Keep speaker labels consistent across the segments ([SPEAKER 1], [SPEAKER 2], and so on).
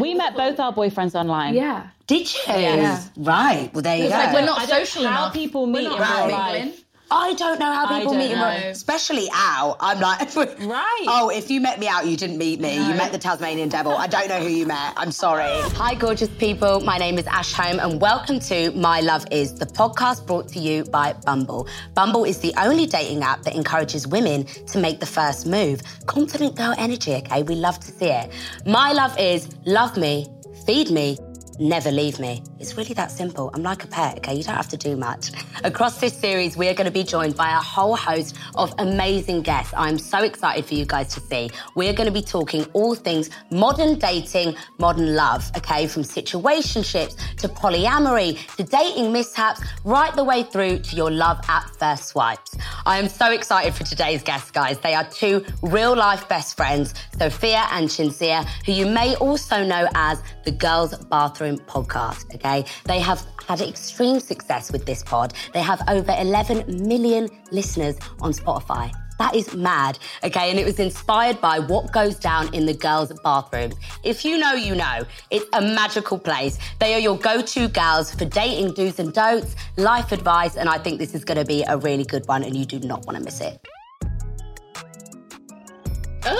[SPEAKER 1] we met both our boyfriends online.
[SPEAKER 2] Yeah.
[SPEAKER 3] Did you?
[SPEAKER 2] Yeah.
[SPEAKER 3] Right. Well, there you
[SPEAKER 2] It's
[SPEAKER 3] go.
[SPEAKER 2] like we're not
[SPEAKER 1] I don't
[SPEAKER 2] social
[SPEAKER 1] know how
[SPEAKER 2] enough.
[SPEAKER 1] people
[SPEAKER 2] We're
[SPEAKER 1] meet
[SPEAKER 2] not
[SPEAKER 1] in real
[SPEAKER 2] really
[SPEAKER 1] life.
[SPEAKER 2] mingling.
[SPEAKER 3] I don't know how
[SPEAKER 1] I
[SPEAKER 3] people
[SPEAKER 1] don't
[SPEAKER 3] meet in
[SPEAKER 1] know.
[SPEAKER 3] real- especially out. I'm like,
[SPEAKER 1] Right.
[SPEAKER 3] Oh, if you met me out, you didn't meet me. You met the Tasmanian devil. I don't know who you met. I'm sorry.
[SPEAKER 4] Hi, gorgeous people. My name is Ash Home, and welcome to My Love Is, the podcast brought to you by Bumble. Bumble is the only dating app that encourages women to make the first move. Confident girl energy, okay? We love to see it. My Love Is, love me, feed me, Never leave me. It's really that simple. I'm like a pet, okay? You don't have to do much. Across this series, we are going to be joined by a whole host of amazing guests. I'm so excited for you guys to see. We're going to be talking all things modern dating, modern love, okay? From situationships to polyamory to dating mishaps, right the way through to your love at first swipes. I am so excited for today's guests, guys. They are two real life best friends, Sophia and Chinzia, who you may also know as the Girls Bathroom Podcast. Okay. They have had extreme success with this pod. They have over 11 million listeners on Spotify. That is mad. Okay. And it was inspired by what goes down in the girls' bathrooms. If you know, you know. It's a magical place. They are your go to gals for dating do's and don'ts, life advice. And I think this is going to be a really good one and you do not want to miss it. Girls,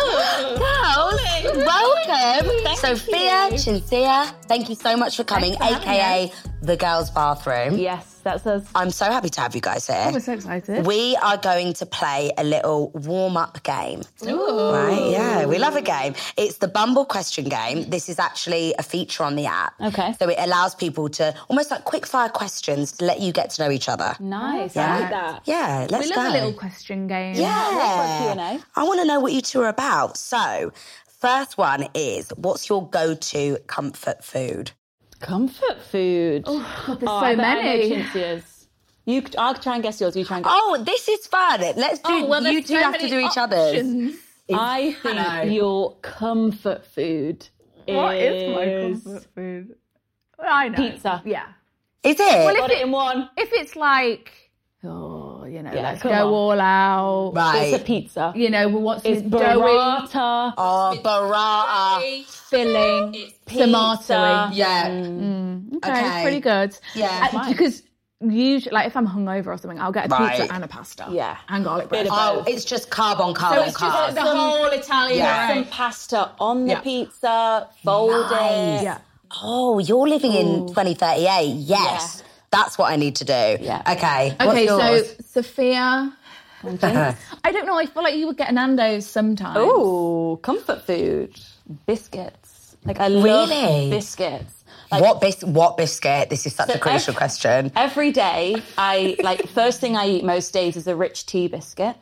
[SPEAKER 4] welcome. Sophia, Chinsia, thank you so much for coming, aka the girls' bathroom.
[SPEAKER 1] Yes, that's us.
[SPEAKER 4] I'm so happy to have you guys here.
[SPEAKER 2] We're so excited.
[SPEAKER 4] We are going to play a little warm up game. Right? Yeah, we love a game. It's the Bumble question game. This is actually a feature on the app.
[SPEAKER 1] Okay.
[SPEAKER 4] So it allows people to almost like quick fire questions to let you get to know each other.
[SPEAKER 1] Nice. I like that.
[SPEAKER 4] Yeah, let's
[SPEAKER 2] we
[SPEAKER 4] go.
[SPEAKER 2] love a little question game.
[SPEAKER 4] yeah.
[SPEAKER 1] Q&A.
[SPEAKER 4] I want to know what you two are about. So, first one is what's your go to comfort food?
[SPEAKER 1] Comfort food.
[SPEAKER 2] God, there's
[SPEAKER 1] Oh, I
[SPEAKER 2] so
[SPEAKER 1] bet I know
[SPEAKER 2] many.
[SPEAKER 1] Chinsia's. You, c- I'll try and guess yours. You try and guess.
[SPEAKER 4] Oh, this is fun. Let's do,
[SPEAKER 2] Oh, well,
[SPEAKER 4] you
[SPEAKER 2] there's
[SPEAKER 4] two
[SPEAKER 2] so
[SPEAKER 4] have to
[SPEAKER 2] many
[SPEAKER 4] do each other's.
[SPEAKER 2] options.
[SPEAKER 1] I think your comfort food is
[SPEAKER 2] What is my comfort food? Well, I know.
[SPEAKER 1] Pizza.
[SPEAKER 2] Yeah.
[SPEAKER 4] Is it?
[SPEAKER 1] Got it in one.
[SPEAKER 2] If it's like, oh, you know, let's
[SPEAKER 1] come
[SPEAKER 2] go
[SPEAKER 1] on.
[SPEAKER 2] all out.
[SPEAKER 1] It's a
[SPEAKER 4] right.
[SPEAKER 1] pizza.
[SPEAKER 2] You know, we want
[SPEAKER 1] It's
[SPEAKER 2] some doughy
[SPEAKER 1] burrata,
[SPEAKER 4] Oh, burrata.
[SPEAKER 2] filling,
[SPEAKER 1] pizza.
[SPEAKER 2] tomato.
[SPEAKER 4] Yeah.
[SPEAKER 2] Okay,
[SPEAKER 4] Okay.
[SPEAKER 2] pretty good.
[SPEAKER 4] Yeah.
[SPEAKER 2] Uh, because usually, like, if I'm hungover or something, I'll get a
[SPEAKER 4] Right.
[SPEAKER 2] pizza and a pasta.
[SPEAKER 1] Yeah.
[SPEAKER 2] And garlic bread.
[SPEAKER 1] Bit of-
[SPEAKER 4] Oh, it's just carb on carb on
[SPEAKER 2] it's just
[SPEAKER 4] carb.
[SPEAKER 2] like the whole Italian
[SPEAKER 4] Yeah.
[SPEAKER 1] some
[SPEAKER 2] array.
[SPEAKER 1] pasta on the
[SPEAKER 2] Yeah.
[SPEAKER 1] pizza, fold it.
[SPEAKER 2] Yeah.
[SPEAKER 4] oh, you're living in 2038. Yes. That's what I need to do.
[SPEAKER 1] Yeah.
[SPEAKER 4] Okay.
[SPEAKER 2] Okay,
[SPEAKER 4] What's yours?
[SPEAKER 2] so Sophia, I don't know. I feel like you would get a Nando's sometimes.
[SPEAKER 1] Oh, comfort food. Biscuits. Like I love
[SPEAKER 4] Really?
[SPEAKER 1] biscuits. Like
[SPEAKER 4] what, bis- what biscuit? This is such
[SPEAKER 1] So
[SPEAKER 4] a crucial
[SPEAKER 1] ev-
[SPEAKER 4] question.
[SPEAKER 1] every day I like first thing I eat most days is a rich tea biscuit.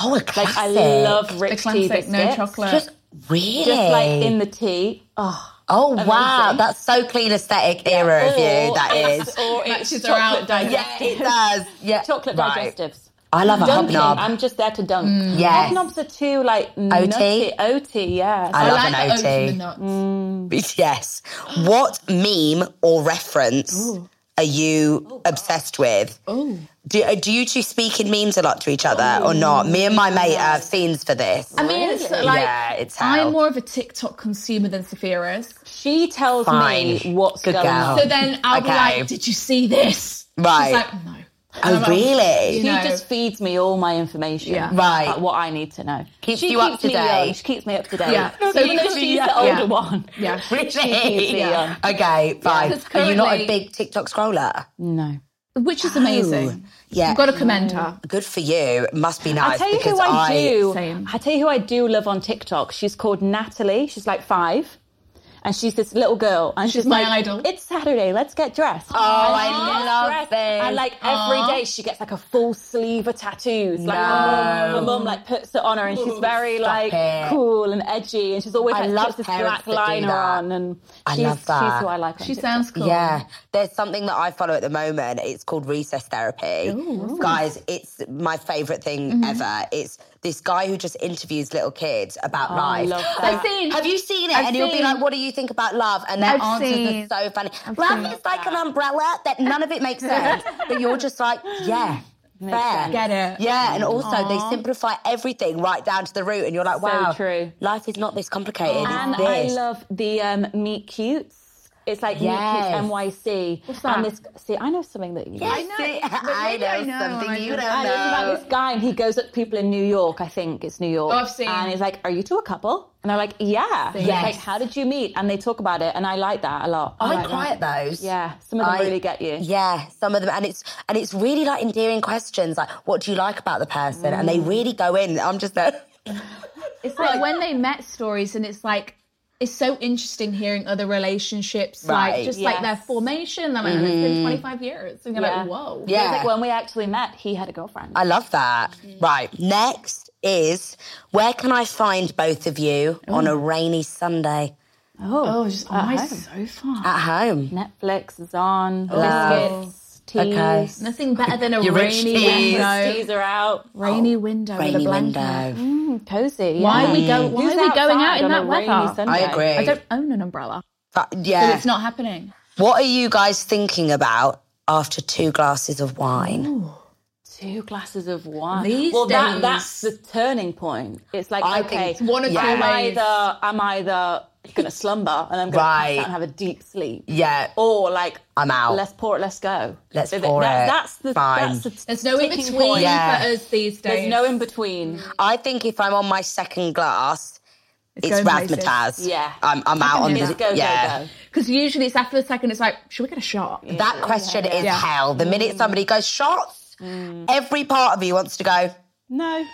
[SPEAKER 4] Oh, a
[SPEAKER 1] Like
[SPEAKER 4] classic.
[SPEAKER 1] I love
[SPEAKER 2] the
[SPEAKER 1] rich tea
[SPEAKER 2] classic,
[SPEAKER 1] biscuits.
[SPEAKER 2] no chocolate.
[SPEAKER 4] Just really.
[SPEAKER 1] Just like in the tea. Oh,
[SPEAKER 4] Oh wow,
[SPEAKER 1] Amazing. Oh,
[SPEAKER 4] that's so clean aesthetic era of you.
[SPEAKER 1] Or
[SPEAKER 4] That
[SPEAKER 1] it's-
[SPEAKER 4] is.
[SPEAKER 1] Or it's
[SPEAKER 2] Matches are
[SPEAKER 1] chocolate
[SPEAKER 2] out
[SPEAKER 1] digestives.
[SPEAKER 2] there.
[SPEAKER 4] Yeah, it does. Yeah,
[SPEAKER 1] Chocolate
[SPEAKER 4] right.
[SPEAKER 1] digestives.
[SPEAKER 4] I love a
[SPEAKER 1] Dunking.
[SPEAKER 4] hobnob.
[SPEAKER 1] I'm just there to dunk.
[SPEAKER 2] Mm.
[SPEAKER 4] Yes.
[SPEAKER 1] Hobnobs are too like
[SPEAKER 4] OT?
[SPEAKER 1] nutty. OT, yeah.
[SPEAKER 4] I
[SPEAKER 2] I
[SPEAKER 4] love
[SPEAKER 2] like the oats and the
[SPEAKER 4] an Mm.
[SPEAKER 2] nuts.
[SPEAKER 4] OT. Yes. What meme or reference are you
[SPEAKER 1] Oh,
[SPEAKER 4] obsessed with? Do, uh, do you two speak in memes a lot to each other
[SPEAKER 1] Oh,
[SPEAKER 4] or not? Me and my mate are fiends for this.
[SPEAKER 2] I mean, it's like
[SPEAKER 4] yeah, it's how.
[SPEAKER 2] I'm more of a TikTok consumer than Sophia is.
[SPEAKER 1] She tells me
[SPEAKER 4] Fine.
[SPEAKER 1] what's
[SPEAKER 4] Good
[SPEAKER 1] going
[SPEAKER 4] girl.
[SPEAKER 1] on.
[SPEAKER 2] So then I'll
[SPEAKER 4] Oh, Okay.
[SPEAKER 2] be like, "Did you see this?"
[SPEAKER 4] Right.
[SPEAKER 2] She's like, "No."
[SPEAKER 4] oh, really?
[SPEAKER 2] you
[SPEAKER 1] She
[SPEAKER 2] know.
[SPEAKER 1] just feeds me all my information.
[SPEAKER 2] Yeah.
[SPEAKER 4] Right.
[SPEAKER 1] About what I need to know.
[SPEAKER 4] Keeps
[SPEAKER 1] she
[SPEAKER 4] you up
[SPEAKER 1] keeps
[SPEAKER 4] to
[SPEAKER 1] me
[SPEAKER 4] date.
[SPEAKER 1] young. She keeps me up to date.
[SPEAKER 2] Yeah.
[SPEAKER 1] So
[SPEAKER 2] So
[SPEAKER 1] even
[SPEAKER 2] you
[SPEAKER 1] though
[SPEAKER 2] could be-
[SPEAKER 1] she's the
[SPEAKER 2] yeah.
[SPEAKER 1] older one.
[SPEAKER 2] Yeah.
[SPEAKER 4] Really?
[SPEAKER 1] Yeah.
[SPEAKER 4] Okay, fine.
[SPEAKER 2] 'cause
[SPEAKER 4] Are you not a
[SPEAKER 2] currently-
[SPEAKER 4] big TikTok scroller?
[SPEAKER 1] No.
[SPEAKER 2] Which is amazing.
[SPEAKER 4] Oh, Yeah.
[SPEAKER 2] I've got to commend her.
[SPEAKER 4] Good for you. It must be
[SPEAKER 1] I
[SPEAKER 4] nice.
[SPEAKER 1] tell you
[SPEAKER 4] because
[SPEAKER 1] who I, do.
[SPEAKER 2] Same.
[SPEAKER 1] I tell you who I do love on TikTok. She's called Natalie. She's like five. And she's this little girl, and she's,
[SPEAKER 2] my
[SPEAKER 1] like,
[SPEAKER 2] idol.
[SPEAKER 1] It's Saturday. Let's get dressed. Oh,
[SPEAKER 4] I love this.
[SPEAKER 1] And like every day, she gets like a full sleeve of tattoos. Like her, mum, her mum like puts it on her, and she's very like
[SPEAKER 4] it.
[SPEAKER 1] cool and edgy, and she's always
[SPEAKER 4] I
[SPEAKER 1] like
[SPEAKER 4] love
[SPEAKER 1] puts this
[SPEAKER 4] parents
[SPEAKER 1] black
[SPEAKER 4] that do
[SPEAKER 1] liner
[SPEAKER 4] that.
[SPEAKER 1] on, and
[SPEAKER 4] I
[SPEAKER 1] she's,
[SPEAKER 4] love that.
[SPEAKER 1] she's who I like. on
[SPEAKER 2] She
[SPEAKER 1] TikTok.
[SPEAKER 2] sounds cool.
[SPEAKER 4] Yeah, there's something that I follow at the moment. It's called recess therapy. Guys, it's my favorite thing ever. It's this guy who just interviews little kids about life.
[SPEAKER 1] Oh, love
[SPEAKER 2] that. I've seen-
[SPEAKER 4] Have you seen it?
[SPEAKER 2] I've
[SPEAKER 4] and he'll be
[SPEAKER 2] seen-
[SPEAKER 4] like, "What do you think about love?" And their
[SPEAKER 2] I've
[SPEAKER 4] answers
[SPEAKER 2] seen-
[SPEAKER 4] are so funny. love is like an umbrella that none of it makes sense, but you're just like, "Yeah, fair.
[SPEAKER 2] Get it.
[SPEAKER 4] Yeah, and also they simplify everything right down to the root, and you're like,
[SPEAKER 1] So
[SPEAKER 4] wow,
[SPEAKER 1] true.
[SPEAKER 4] life is not this complicated. It's
[SPEAKER 1] And I
[SPEAKER 4] this.
[SPEAKER 1] love the um, meet cutes. It's like
[SPEAKER 4] Yes.
[SPEAKER 1] meet cutes NYC. What's
[SPEAKER 2] that?
[SPEAKER 1] And this, see, I know something that you.
[SPEAKER 4] I know,
[SPEAKER 2] See,
[SPEAKER 4] but
[SPEAKER 2] I
[SPEAKER 4] maybe I
[SPEAKER 2] know
[SPEAKER 4] know something
[SPEAKER 2] I
[SPEAKER 4] you
[SPEAKER 2] know.
[SPEAKER 4] don't
[SPEAKER 1] I know it's
[SPEAKER 4] know.
[SPEAKER 1] about this guy, and he goes up to people in New York. I think it's New York.
[SPEAKER 5] Oh, I've seen.
[SPEAKER 1] And he's like, "Are you two a couple?" And they're like, "Yeah." He's
[SPEAKER 4] Yes.
[SPEAKER 1] Like, how did you meet? And they talk about it, and I like that a lot.
[SPEAKER 4] I
[SPEAKER 1] like
[SPEAKER 4] quite
[SPEAKER 1] that.
[SPEAKER 4] those.
[SPEAKER 1] Yeah, some of them
[SPEAKER 4] I-
[SPEAKER 1] really get you.
[SPEAKER 4] Yeah, some of them, and it's and it's really like endearing questions, like what do you like about the person, and they really go in. I'm just there.
[SPEAKER 2] It's like when they met stories, and it's like it's so interesting hearing other relationships,
[SPEAKER 4] Right. Mm-hmm.
[SPEAKER 2] like just like their
[SPEAKER 1] Yes.
[SPEAKER 2] formation. I mean, it's been 25 years, and you're
[SPEAKER 1] Yeah.
[SPEAKER 2] like, whoa.
[SPEAKER 4] Yeah.
[SPEAKER 1] It's like when we actually met, he had a girlfriend.
[SPEAKER 4] I love that. Right, next is where can I find both of you on a rainy Sunday
[SPEAKER 5] Oh, it's just on my sofa.
[SPEAKER 4] at home?
[SPEAKER 1] Netflix is on.
[SPEAKER 2] Oh.
[SPEAKER 4] Wow.
[SPEAKER 1] Biscuits, teas.
[SPEAKER 4] Okay.
[SPEAKER 2] Nothing better than a
[SPEAKER 4] Your rich
[SPEAKER 2] rainy
[SPEAKER 4] teas.
[SPEAKER 2] window. Oh.
[SPEAKER 1] Teas are out.
[SPEAKER 2] Rainy window. with
[SPEAKER 4] Rainy
[SPEAKER 2] a blanket.
[SPEAKER 4] window.
[SPEAKER 1] Cozy.
[SPEAKER 2] Why
[SPEAKER 1] yeah.
[SPEAKER 2] are we go? Why
[SPEAKER 1] Who's
[SPEAKER 2] are we going out
[SPEAKER 1] outside
[SPEAKER 2] in
[SPEAKER 1] on a
[SPEAKER 2] that
[SPEAKER 1] rainy
[SPEAKER 2] weather?
[SPEAKER 1] Sunday?
[SPEAKER 4] I agree.
[SPEAKER 2] I don't own an umbrella.
[SPEAKER 4] But
[SPEAKER 2] So
[SPEAKER 4] yeah,
[SPEAKER 2] it's not happening.
[SPEAKER 4] what are you guys thinking about after two glasses of wine?
[SPEAKER 1] Two glasses of wine.
[SPEAKER 2] These
[SPEAKER 1] well, that,
[SPEAKER 2] days-
[SPEAKER 1] that's the turning point. It's like,
[SPEAKER 4] I
[SPEAKER 1] okay,
[SPEAKER 4] think one of
[SPEAKER 1] I'm
[SPEAKER 4] two
[SPEAKER 5] ways.
[SPEAKER 1] either I'm either gonna slumber and I'm gonna
[SPEAKER 4] Right.
[SPEAKER 1] pass out and have a deep sleep,
[SPEAKER 4] Yeah,
[SPEAKER 1] or like
[SPEAKER 4] I'm out.
[SPEAKER 1] Let's pour it. Let's go.
[SPEAKER 4] Let's
[SPEAKER 1] Th-
[SPEAKER 4] pour
[SPEAKER 1] that-
[SPEAKER 4] it.
[SPEAKER 1] That's the.
[SPEAKER 4] Fine.
[SPEAKER 1] That's the
[SPEAKER 2] There's no in
[SPEAKER 1] ticking
[SPEAKER 2] between
[SPEAKER 1] point.
[SPEAKER 4] Yeah.
[SPEAKER 2] for us these days.
[SPEAKER 1] There's no in between.
[SPEAKER 4] I think if I'm on my second glass, it's,
[SPEAKER 2] going places.
[SPEAKER 4] razzmatazz.
[SPEAKER 1] Yeah.
[SPEAKER 4] I'm, I'm out on
[SPEAKER 2] do
[SPEAKER 4] the
[SPEAKER 1] Just go,
[SPEAKER 4] yeah.
[SPEAKER 1] go, go.
[SPEAKER 2] because usually it's after the second. It's like, should we get a shot?
[SPEAKER 4] That question is hell. The
[SPEAKER 1] Mm.
[SPEAKER 4] minute somebody goes shots, every part of you wants to go.
[SPEAKER 1] No.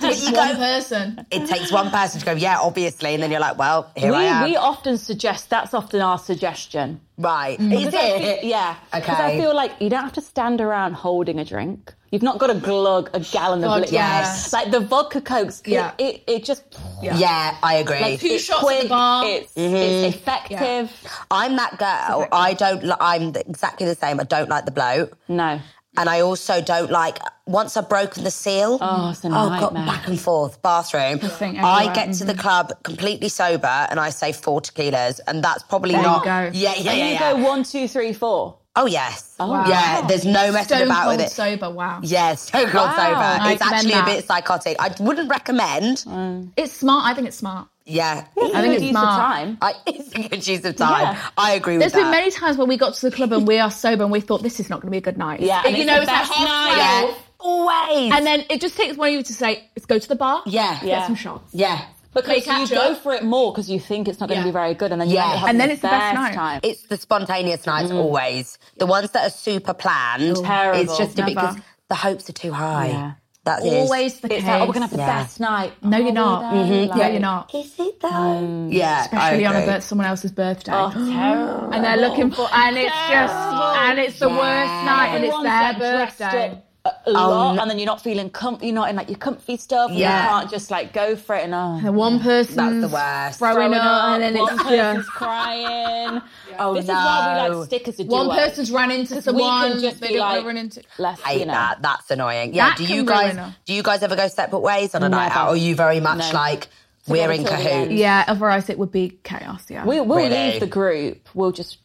[SPEAKER 4] But you
[SPEAKER 2] One
[SPEAKER 4] go.
[SPEAKER 2] person.
[SPEAKER 4] It takes one person to go. Yeah, obviously, and then you're like, well, here I am.
[SPEAKER 1] We, we often suggest that's often our suggestion.
[SPEAKER 4] right?
[SPEAKER 1] Mm.
[SPEAKER 4] Is it?
[SPEAKER 1] Yeah. Because I
[SPEAKER 4] Okay.
[SPEAKER 1] feel like you don't have to stand around holding a drink. You've not got to glug a gallon of
[SPEAKER 2] God,
[SPEAKER 1] liquid.
[SPEAKER 4] yes.
[SPEAKER 1] Like the vodka cokes,
[SPEAKER 2] Yeah.
[SPEAKER 1] yeah. it, it, it just.
[SPEAKER 4] Yeah, I agree.
[SPEAKER 1] Like,
[SPEAKER 2] Two
[SPEAKER 1] it's
[SPEAKER 2] shots at the
[SPEAKER 1] quick,
[SPEAKER 2] bar.
[SPEAKER 1] It's,
[SPEAKER 4] Mm-hmm.
[SPEAKER 1] it's effective.
[SPEAKER 4] I'm that girl. I don't. li- I'm exactly the same. I don't like the bloat.
[SPEAKER 1] No.
[SPEAKER 4] And I also don't like once I've broken the seal.
[SPEAKER 1] Oh, it's a
[SPEAKER 4] got
[SPEAKER 1] nightmare.
[SPEAKER 4] back and forth bathroom.
[SPEAKER 2] thing
[SPEAKER 4] I
[SPEAKER 2] everywhere.
[SPEAKER 4] get to the club completely sober, and I say four tequilas, and that's probably
[SPEAKER 2] you
[SPEAKER 4] not.
[SPEAKER 2] go.
[SPEAKER 4] Yeah, yeah, yeah.
[SPEAKER 1] you
[SPEAKER 4] yeah.
[SPEAKER 1] go one, two, three, four.
[SPEAKER 4] Oh yes.
[SPEAKER 1] Wow.
[SPEAKER 4] Yeah. There's no messing
[SPEAKER 2] Stone
[SPEAKER 4] about
[SPEAKER 2] cold
[SPEAKER 4] with it.
[SPEAKER 2] sober. Wow.
[SPEAKER 4] Yes, so cold
[SPEAKER 1] Wow.
[SPEAKER 4] sober.
[SPEAKER 1] I
[SPEAKER 4] It's
[SPEAKER 2] commend
[SPEAKER 4] actually a
[SPEAKER 2] that.
[SPEAKER 4] bit psychotic. I wouldn't recommend.
[SPEAKER 2] It's smart. I think it's smart.
[SPEAKER 4] Yeah,
[SPEAKER 1] I
[SPEAKER 2] think
[SPEAKER 1] think
[SPEAKER 2] it's
[SPEAKER 1] it's use of
[SPEAKER 2] smart.
[SPEAKER 1] time.
[SPEAKER 4] I, it's a good use of time.
[SPEAKER 1] Yeah.
[SPEAKER 4] I agree
[SPEAKER 2] There's
[SPEAKER 4] with
[SPEAKER 2] been
[SPEAKER 4] that.
[SPEAKER 2] many times where we got to the club and we are sober and we thought this is not going to be a good night.
[SPEAKER 1] Yeah,
[SPEAKER 2] And
[SPEAKER 1] and
[SPEAKER 2] you
[SPEAKER 1] it's
[SPEAKER 2] know,
[SPEAKER 1] the
[SPEAKER 2] it's like
[SPEAKER 1] best
[SPEAKER 2] half
[SPEAKER 1] night.
[SPEAKER 2] twelve,
[SPEAKER 4] yeah, always.
[SPEAKER 2] and then it just takes one of you to say, let's go to the bar.
[SPEAKER 4] yeah,
[SPEAKER 2] Get
[SPEAKER 1] Yeah.
[SPEAKER 2] some shots.
[SPEAKER 4] yeah.
[SPEAKER 1] Because
[SPEAKER 2] catch
[SPEAKER 1] you go
[SPEAKER 2] up.
[SPEAKER 1] for it more because you think it's not going to
[SPEAKER 2] Yeah.
[SPEAKER 1] be very good, and then you
[SPEAKER 4] Yeah.
[SPEAKER 1] end up having
[SPEAKER 2] And then
[SPEAKER 1] the
[SPEAKER 2] it's the best night.
[SPEAKER 1] time.
[SPEAKER 4] It's the spontaneous nights always. The ones that are super planned.
[SPEAKER 1] Terrible.
[SPEAKER 4] It's just a bit because
[SPEAKER 2] Never.
[SPEAKER 4] the hopes are too high.
[SPEAKER 1] Yeah.
[SPEAKER 4] That is.
[SPEAKER 2] Always the
[SPEAKER 1] It's
[SPEAKER 2] case.
[SPEAKER 1] like, oh, we're going to have the
[SPEAKER 4] Yeah.
[SPEAKER 1] best night.
[SPEAKER 2] no,
[SPEAKER 1] Oh,
[SPEAKER 2] you're not. Mm-hmm.
[SPEAKER 1] we're there.
[SPEAKER 2] No,
[SPEAKER 1] Like-
[SPEAKER 2] you're not.
[SPEAKER 4] Is it though? yeah.
[SPEAKER 2] Especially on a
[SPEAKER 4] okay.
[SPEAKER 2] bir- someone else's birthday.
[SPEAKER 1] Oh, terrible.
[SPEAKER 2] and they're looking for, and it's just, and it's the worst night, and it's
[SPEAKER 1] Everyone's,
[SPEAKER 2] their
[SPEAKER 1] like, dressed
[SPEAKER 2] birthday.
[SPEAKER 1] up A lot, and then you're not feeling comfy. You're not in like your comfy stuff. and
[SPEAKER 4] Yeah.
[SPEAKER 1] you can't just like go for it and oh,
[SPEAKER 2] The one person
[SPEAKER 4] That's the worst.
[SPEAKER 2] throwing up, and then
[SPEAKER 1] one
[SPEAKER 2] it's
[SPEAKER 1] person's
[SPEAKER 2] yeah.
[SPEAKER 1] crying. Oh This
[SPEAKER 4] no.
[SPEAKER 1] is why we like stickers to do
[SPEAKER 2] one person's ran into
[SPEAKER 1] we
[SPEAKER 2] someone.
[SPEAKER 1] can just
[SPEAKER 2] they
[SPEAKER 1] be
[SPEAKER 2] don't wanna
[SPEAKER 1] like,
[SPEAKER 2] run into.
[SPEAKER 1] less.
[SPEAKER 4] hate
[SPEAKER 1] you know.
[SPEAKER 4] that. That's annoying. Yeah.
[SPEAKER 2] That
[SPEAKER 4] do
[SPEAKER 2] can
[SPEAKER 4] you guys
[SPEAKER 2] ruin her.
[SPEAKER 4] do you guys ever go separate ways on a night
[SPEAKER 1] Never.
[SPEAKER 4] out? Or are you very much
[SPEAKER 1] No.
[SPEAKER 4] like we're in
[SPEAKER 1] till the
[SPEAKER 4] cahoots?
[SPEAKER 1] end.
[SPEAKER 2] Yeah, otherwise it would be chaos. Yeah.
[SPEAKER 1] We, we'll
[SPEAKER 4] Really?
[SPEAKER 1] leave the group. We'll just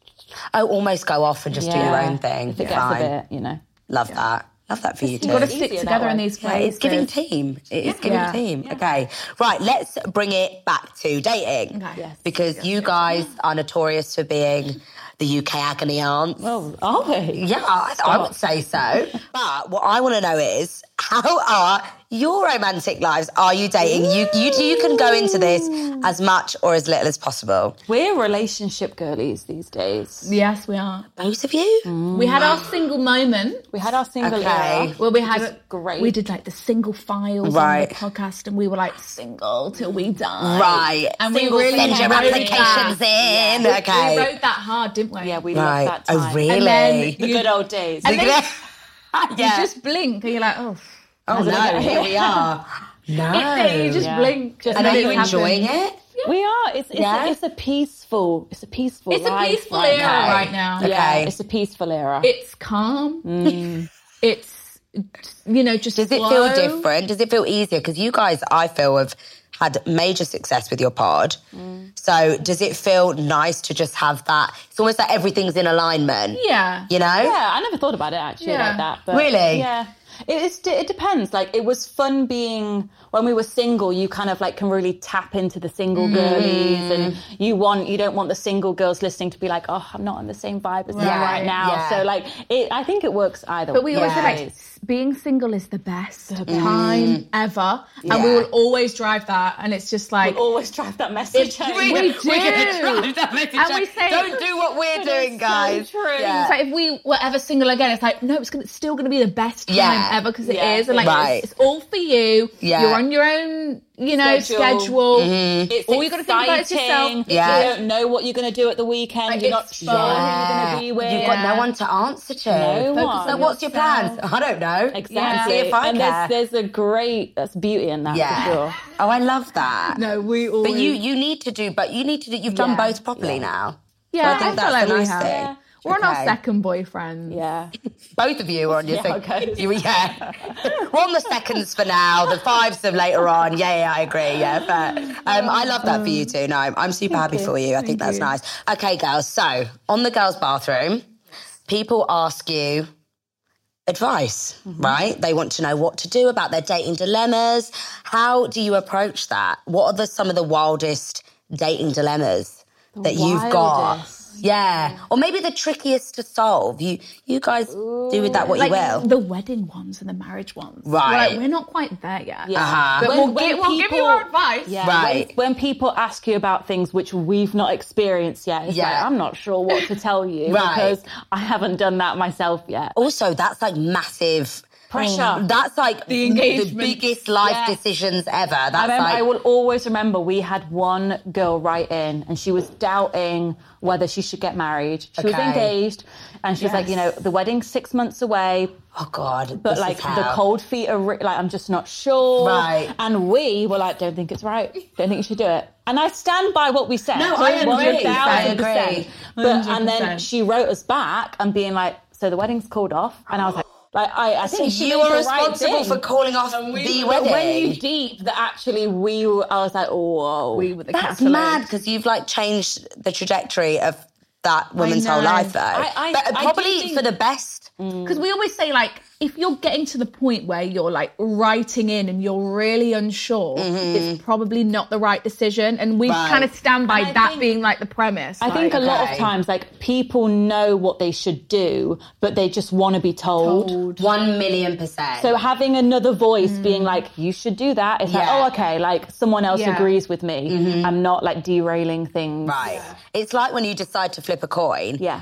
[SPEAKER 4] I Oh, almost go off and just do your
[SPEAKER 1] yeah,
[SPEAKER 4] own thing.
[SPEAKER 1] If it gets
[SPEAKER 4] Fine.
[SPEAKER 1] a bit, you know.
[SPEAKER 4] Love that. Love that for you too.
[SPEAKER 2] got to
[SPEAKER 1] It's
[SPEAKER 2] stick
[SPEAKER 1] easier
[SPEAKER 2] together
[SPEAKER 1] that
[SPEAKER 2] in
[SPEAKER 1] way.
[SPEAKER 2] these
[SPEAKER 4] Yeah,
[SPEAKER 2] places.
[SPEAKER 4] it's giving team. It is giving
[SPEAKER 2] Yeah.
[SPEAKER 4] team. Okay. Right, let's bring it back to dating.
[SPEAKER 2] Okay. Yes.
[SPEAKER 4] Because you guys are notorious for being the UK agony aunt.
[SPEAKER 1] Oh, are we?
[SPEAKER 4] yeah, I, I would say so. but what I want to know is how are your romantic lives? Are you dating? You, you you can go into this as much or as little as possible.
[SPEAKER 1] We're relationship girlies these days.
[SPEAKER 2] Yes, we are.
[SPEAKER 4] Both of you?
[SPEAKER 1] Mm.
[SPEAKER 2] We had our single moment
[SPEAKER 1] We had our single
[SPEAKER 4] Okay.
[SPEAKER 1] era.
[SPEAKER 2] where we had
[SPEAKER 1] great.
[SPEAKER 2] We did like the single files
[SPEAKER 4] Right.
[SPEAKER 2] on the podcast, and we were like single till we die.
[SPEAKER 4] Right.
[SPEAKER 2] And
[SPEAKER 1] Single
[SPEAKER 2] we really
[SPEAKER 4] Send your
[SPEAKER 2] wrote
[SPEAKER 4] applications
[SPEAKER 2] that.
[SPEAKER 4] in. Okay.
[SPEAKER 2] We wrote that hard, didn't we?
[SPEAKER 1] Yeah, we
[SPEAKER 4] right.
[SPEAKER 1] loved that time.
[SPEAKER 4] oh, really?
[SPEAKER 2] And then
[SPEAKER 1] The good old days.
[SPEAKER 2] And then
[SPEAKER 4] yeah.
[SPEAKER 2] you just blink, and you're like, oh.
[SPEAKER 4] oh no, here we are. No.
[SPEAKER 2] You just blink. Just
[SPEAKER 4] and are
[SPEAKER 2] let
[SPEAKER 4] you
[SPEAKER 2] it happen.
[SPEAKER 4] enjoying it?
[SPEAKER 1] We are. It's it's,
[SPEAKER 4] Yeah.
[SPEAKER 1] a, it's a peaceful. It's a peaceful.
[SPEAKER 2] It's a
[SPEAKER 1] life
[SPEAKER 2] peaceful
[SPEAKER 1] right
[SPEAKER 2] era
[SPEAKER 1] now.
[SPEAKER 2] right now.
[SPEAKER 4] Okay.
[SPEAKER 1] Yeah, it's a peaceful era.
[SPEAKER 2] It's calm. it's you know just
[SPEAKER 4] Mm. Does it
[SPEAKER 2] slow.
[SPEAKER 4] feel different? Does it feel easier? Because you guys, I feel, have had major success with your pod.
[SPEAKER 1] Mm.
[SPEAKER 4] So does it feel nice to just have that? It's almost like everything's in alignment.
[SPEAKER 2] Yeah.
[SPEAKER 4] You know?
[SPEAKER 1] yeah, I never thought about it actually
[SPEAKER 2] Yeah.
[SPEAKER 1] like that. But
[SPEAKER 4] Oh. Really?
[SPEAKER 1] Yeah. It is. It depends. Like it was fun being when we were single. You kind of like can really tap into the single
[SPEAKER 4] Mm.
[SPEAKER 1] girlies, and you want you don't want the single girls listening to be like, oh, I'm not on the same vibe as them
[SPEAKER 4] Right.
[SPEAKER 1] right now.
[SPEAKER 4] Yeah.
[SPEAKER 1] So like, it. I think it works either.
[SPEAKER 2] But we always
[SPEAKER 4] Yeah.
[SPEAKER 2] say like s- being single is the best time
[SPEAKER 4] Mm.
[SPEAKER 2] ever, and we will always drive that. And it's just like
[SPEAKER 1] always drive that message. home.
[SPEAKER 2] we do.
[SPEAKER 4] We're gonna drive that message
[SPEAKER 2] And we
[SPEAKER 4] home.
[SPEAKER 2] say-
[SPEAKER 4] don't do what we're doing, guys.
[SPEAKER 1] true.
[SPEAKER 4] Yeah.
[SPEAKER 2] It's like if we were ever single again, it's like no, it's, gonna, it's still going to be the best time
[SPEAKER 4] Yeah.
[SPEAKER 2] ever because it is,
[SPEAKER 1] Yeah.
[SPEAKER 2] and like
[SPEAKER 4] Right.
[SPEAKER 2] it's, it's all for you.
[SPEAKER 4] Yeah. Mm-hmm.
[SPEAKER 2] You're on your own, you know,
[SPEAKER 1] Schedule.
[SPEAKER 2] schedule.
[SPEAKER 1] It's
[SPEAKER 2] All you gotta think about is
[SPEAKER 1] exciting.
[SPEAKER 2] yourself.
[SPEAKER 4] Yeah.
[SPEAKER 1] You don't know what you're going to do at the weekend.
[SPEAKER 2] Like,
[SPEAKER 1] you're not
[SPEAKER 2] it's
[SPEAKER 1] sure who
[SPEAKER 4] Yeah.
[SPEAKER 1] you're going to be with.
[SPEAKER 4] You've got no one to answer to.
[SPEAKER 1] No
[SPEAKER 4] Focus
[SPEAKER 1] one.
[SPEAKER 4] on what's your plans? I don't know.
[SPEAKER 1] Exactly.
[SPEAKER 4] See if I
[SPEAKER 1] and
[SPEAKER 4] care.
[SPEAKER 1] There's, there's a great that's beauty in that
[SPEAKER 4] yeah.
[SPEAKER 1] for sure.
[SPEAKER 4] Oh, I love that.
[SPEAKER 2] No, we all.
[SPEAKER 4] But you you need to do. But you need to do. You've done
[SPEAKER 1] Yeah.
[SPEAKER 4] both properly now.
[SPEAKER 2] yeah,
[SPEAKER 4] I think
[SPEAKER 2] feel
[SPEAKER 4] that's
[SPEAKER 2] like
[SPEAKER 4] the
[SPEAKER 2] we
[SPEAKER 4] nice
[SPEAKER 2] have.
[SPEAKER 4] thing.
[SPEAKER 1] Yeah.
[SPEAKER 2] We're on our
[SPEAKER 4] Okay.
[SPEAKER 2] second boyfriend.
[SPEAKER 1] Yeah.
[SPEAKER 4] Both of you are on your
[SPEAKER 1] Yeah, okay.
[SPEAKER 4] second. you- Yeah. We're on the seconds for now. The fives of later on. Yeah, yeah, I agree. Yeah, but um, I love that for you too. No, I'm super happy for you. I think that's nice. Okay, girls. So on the girls' bathroom, people ask you advice,
[SPEAKER 1] Mm-hmm.
[SPEAKER 4] right? They want to know what to do about their dating dilemmas. How do you approach that? What are the some of the wildest dating dilemmas that you've got?
[SPEAKER 1] wildest.
[SPEAKER 4] Yeah, or maybe the trickiest to solve. You you guys do with that what
[SPEAKER 2] Like
[SPEAKER 4] you will.
[SPEAKER 2] the wedding ones and the marriage ones. We're,
[SPEAKER 4] Right.
[SPEAKER 2] like, we're not quite there yet.
[SPEAKER 1] Yeah.
[SPEAKER 4] Uh-huh.
[SPEAKER 2] But
[SPEAKER 1] When-
[SPEAKER 2] we'll,
[SPEAKER 1] when
[SPEAKER 2] give, we'll give you
[SPEAKER 1] people-
[SPEAKER 2] our advice.
[SPEAKER 1] Yeah,
[SPEAKER 4] Right.
[SPEAKER 1] When, when people ask you about things which we've not experienced yet, it's
[SPEAKER 4] Yeah.
[SPEAKER 1] like, I'm not sure what to tell you
[SPEAKER 4] Right.
[SPEAKER 1] because I haven't done that myself yet.
[SPEAKER 4] Also, that's like massive.
[SPEAKER 1] Pressure.
[SPEAKER 4] That's like the,
[SPEAKER 2] engagement.
[SPEAKER 4] biggest life
[SPEAKER 1] Yeah.
[SPEAKER 4] decisions ever. That's
[SPEAKER 1] I, remember,
[SPEAKER 4] like
[SPEAKER 1] I will always remember we had one girl write in and she was doubting whether she should get married. She was
[SPEAKER 4] Okay.
[SPEAKER 1] engaged and she was like, you know, the wedding's six months away,
[SPEAKER 4] oh god,
[SPEAKER 1] but
[SPEAKER 4] this
[SPEAKER 1] like
[SPEAKER 4] is
[SPEAKER 1] the
[SPEAKER 4] how.
[SPEAKER 1] cold feet are re- like, I'm just not sure.
[SPEAKER 4] Right.
[SPEAKER 1] And we were like, don't think it's right. Don't think you should do it. And I stand by what we said.
[SPEAKER 4] No, I agree.
[SPEAKER 1] 100,000%.
[SPEAKER 4] I agree.
[SPEAKER 1] But, and then
[SPEAKER 2] 100%.
[SPEAKER 1] she wrote us back and being like, so the wedding's called off. And I was like, like I, I think she
[SPEAKER 4] You
[SPEAKER 1] made
[SPEAKER 4] are
[SPEAKER 1] the
[SPEAKER 4] responsible
[SPEAKER 1] right thing.
[SPEAKER 4] for calling off the
[SPEAKER 1] But
[SPEAKER 4] wedding.
[SPEAKER 1] when you deep that actually we were, I was like, whoa.
[SPEAKER 2] We were the
[SPEAKER 4] That's
[SPEAKER 2] Catholics.
[SPEAKER 4] mad because you've like changed the trajectory of that woman's whole
[SPEAKER 2] know.
[SPEAKER 4] life, though.
[SPEAKER 1] I- I-
[SPEAKER 4] but
[SPEAKER 1] I do
[SPEAKER 4] probably
[SPEAKER 1] think-
[SPEAKER 4] for the best.
[SPEAKER 2] Because we always say, like, if you're getting to the point where you're like writing in and you're really unsure, it's probably not the right decision. And we
[SPEAKER 4] Mm-hmm. Right.
[SPEAKER 2] kind of stand by
[SPEAKER 1] And I
[SPEAKER 2] that
[SPEAKER 1] think-
[SPEAKER 2] being like the premise.
[SPEAKER 1] I think a lot of times, like people know what they should do, but they just want to be told.
[SPEAKER 4] One million percent.
[SPEAKER 1] So having another voice being like, "You should do that," it's like,
[SPEAKER 4] Yeah.
[SPEAKER 1] "Oh, okay." Like someone else
[SPEAKER 2] Mm. Yeah. Mm-hmm.
[SPEAKER 1] agrees with me. I'm not like derailing things.
[SPEAKER 4] right. It's like when you decide to flip a coin.
[SPEAKER 1] Yeah.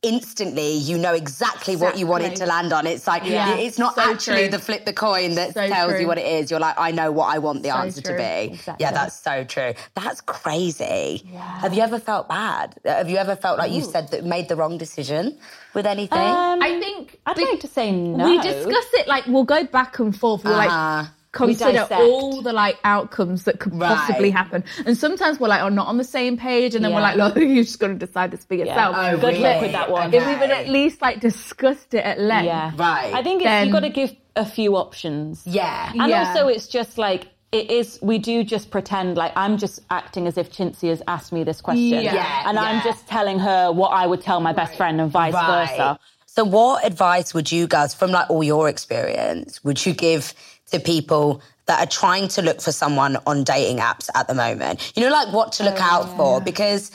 [SPEAKER 4] Instantly, you know exactly, what you want it to
[SPEAKER 2] Exactly.
[SPEAKER 4] land on. It's like
[SPEAKER 2] Yeah.
[SPEAKER 4] it's not
[SPEAKER 2] So
[SPEAKER 4] actually
[SPEAKER 2] true.
[SPEAKER 4] the flip the coin that
[SPEAKER 2] So
[SPEAKER 4] tells you
[SPEAKER 2] true.
[SPEAKER 4] what it is. You're like, I know what I want the answer to
[SPEAKER 2] true.
[SPEAKER 4] be.
[SPEAKER 1] Exactly.
[SPEAKER 4] Yeah, that's so true. That's crazy. Have you ever felt bad? Have you ever felt like you said that made the wrong decision with anything?
[SPEAKER 1] Um,
[SPEAKER 2] I think
[SPEAKER 1] I'd
[SPEAKER 2] be-
[SPEAKER 1] like to say no.
[SPEAKER 2] we discuss it like we'll go back and forth. We'll
[SPEAKER 4] Uh-huh.
[SPEAKER 2] like consider
[SPEAKER 1] dissect.
[SPEAKER 2] all the like outcomes that could
[SPEAKER 4] Right.
[SPEAKER 2] possibly happen. And sometimes we're like, oh, not on the same page. And then
[SPEAKER 1] Yeah.
[SPEAKER 2] we're like, look, you just got to decide this for yourself.
[SPEAKER 1] Oh, Good
[SPEAKER 4] really?
[SPEAKER 1] luck with that one.
[SPEAKER 2] If we would at least like discussed it at length.
[SPEAKER 1] Yeah.
[SPEAKER 4] Right.
[SPEAKER 1] I think it's,
[SPEAKER 2] Then-
[SPEAKER 1] you've got to give a few options.
[SPEAKER 4] yeah.
[SPEAKER 1] And
[SPEAKER 2] Yeah.
[SPEAKER 1] also, it's just like it is. We do just pretend like I'm just acting as if Chintzy has asked me this question,
[SPEAKER 2] Yeah.
[SPEAKER 4] Yeah,
[SPEAKER 1] and I'm
[SPEAKER 4] yeah.
[SPEAKER 1] just telling her what I would tell my best friend, and vice versa.
[SPEAKER 4] So, what advice would you guys, from like all your experience, would you give to people that are trying to look for someone on dating apps at the moment? You know, like what to look out
[SPEAKER 2] Oh,
[SPEAKER 4] for because.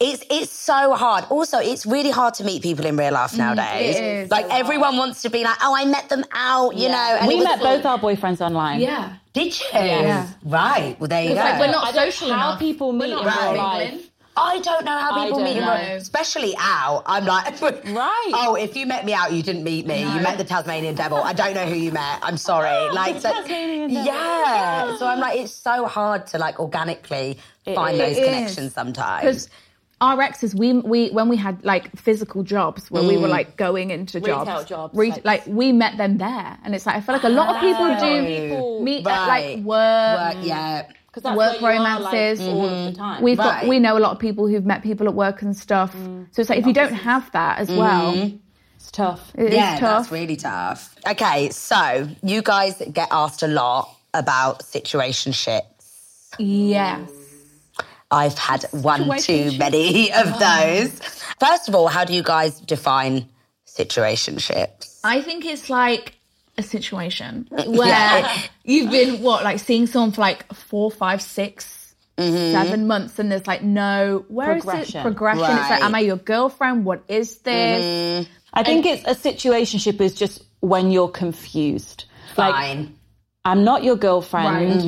[SPEAKER 4] It's it's so hard. Also, it's really hard to meet people in real
[SPEAKER 1] Mm,
[SPEAKER 4] life nowadays.
[SPEAKER 2] is
[SPEAKER 4] like everyone wants to be like, oh, I met them out, you know. And it
[SPEAKER 1] We
[SPEAKER 4] was
[SPEAKER 1] met
[SPEAKER 4] all-
[SPEAKER 1] both our boyfriends online.
[SPEAKER 2] Yeah.
[SPEAKER 4] Did you?
[SPEAKER 2] Yeah.
[SPEAKER 4] Right. Well, there you go.
[SPEAKER 2] like we're not
[SPEAKER 1] I don't
[SPEAKER 2] social
[SPEAKER 1] know how
[SPEAKER 2] enough.
[SPEAKER 1] people meet in
[SPEAKER 2] not
[SPEAKER 1] real
[SPEAKER 4] right.
[SPEAKER 1] life.
[SPEAKER 4] I don't know how
[SPEAKER 1] I
[SPEAKER 4] people
[SPEAKER 1] don't
[SPEAKER 4] meet, in
[SPEAKER 1] know.
[SPEAKER 4] real- especially out. I'm like,
[SPEAKER 1] Right.
[SPEAKER 4] Oh, if you met me out, you didn't meet me. You met the Tasmanian devil. I don't know who you met. I'm sorry. Like, so,
[SPEAKER 1] Tasmanian devil.
[SPEAKER 4] yeah. So I'm like, it's so hard to like organically find
[SPEAKER 1] is.
[SPEAKER 4] those
[SPEAKER 2] It is.
[SPEAKER 4] connections sometimes.
[SPEAKER 2] because our exes we we when we had like physical jobs where we were
[SPEAKER 4] Mm.
[SPEAKER 2] like going into
[SPEAKER 1] Retail
[SPEAKER 2] jobs,
[SPEAKER 1] jobs,
[SPEAKER 2] re-
[SPEAKER 1] like-
[SPEAKER 2] like, we met them there and it's like i feel like a lot of people do
[SPEAKER 1] People-
[SPEAKER 2] meet at
[SPEAKER 4] Right.
[SPEAKER 2] like work,
[SPEAKER 4] Work, yeah. Mm-hmm.
[SPEAKER 1] because that's
[SPEAKER 2] work
[SPEAKER 1] where you are, like,
[SPEAKER 2] romances. Mm-hmm.
[SPEAKER 1] all of the time.
[SPEAKER 2] We've got
[SPEAKER 4] Right.
[SPEAKER 2] we know a lot of people who've met people at work and stuff.
[SPEAKER 1] Mm.
[SPEAKER 2] So it's like if you don't have that as well,
[SPEAKER 1] it's tough.
[SPEAKER 2] it is
[SPEAKER 4] Mm-hmm. yeah,
[SPEAKER 2] tough.
[SPEAKER 4] that's really tough. Okay, so you guys get asked a lot about situationships.
[SPEAKER 2] yes.
[SPEAKER 4] I've had one too
[SPEAKER 2] Situationship.
[SPEAKER 4] many
[SPEAKER 2] Oh.
[SPEAKER 4] of those. First of all, how do you guys define situationships?
[SPEAKER 2] I think it's like a situation where you've been what like seeing someone for like four, five, six, seven months, and there's like no where is
[SPEAKER 1] Mm-hmm. Progression.
[SPEAKER 2] it progression? It's like,
[SPEAKER 4] Right.
[SPEAKER 2] am I your girlfriend? What is this?
[SPEAKER 1] Mm-hmm. I think it's a situationship is just when you're confused. Like,
[SPEAKER 4] Fine.
[SPEAKER 1] I'm not your girlfriend.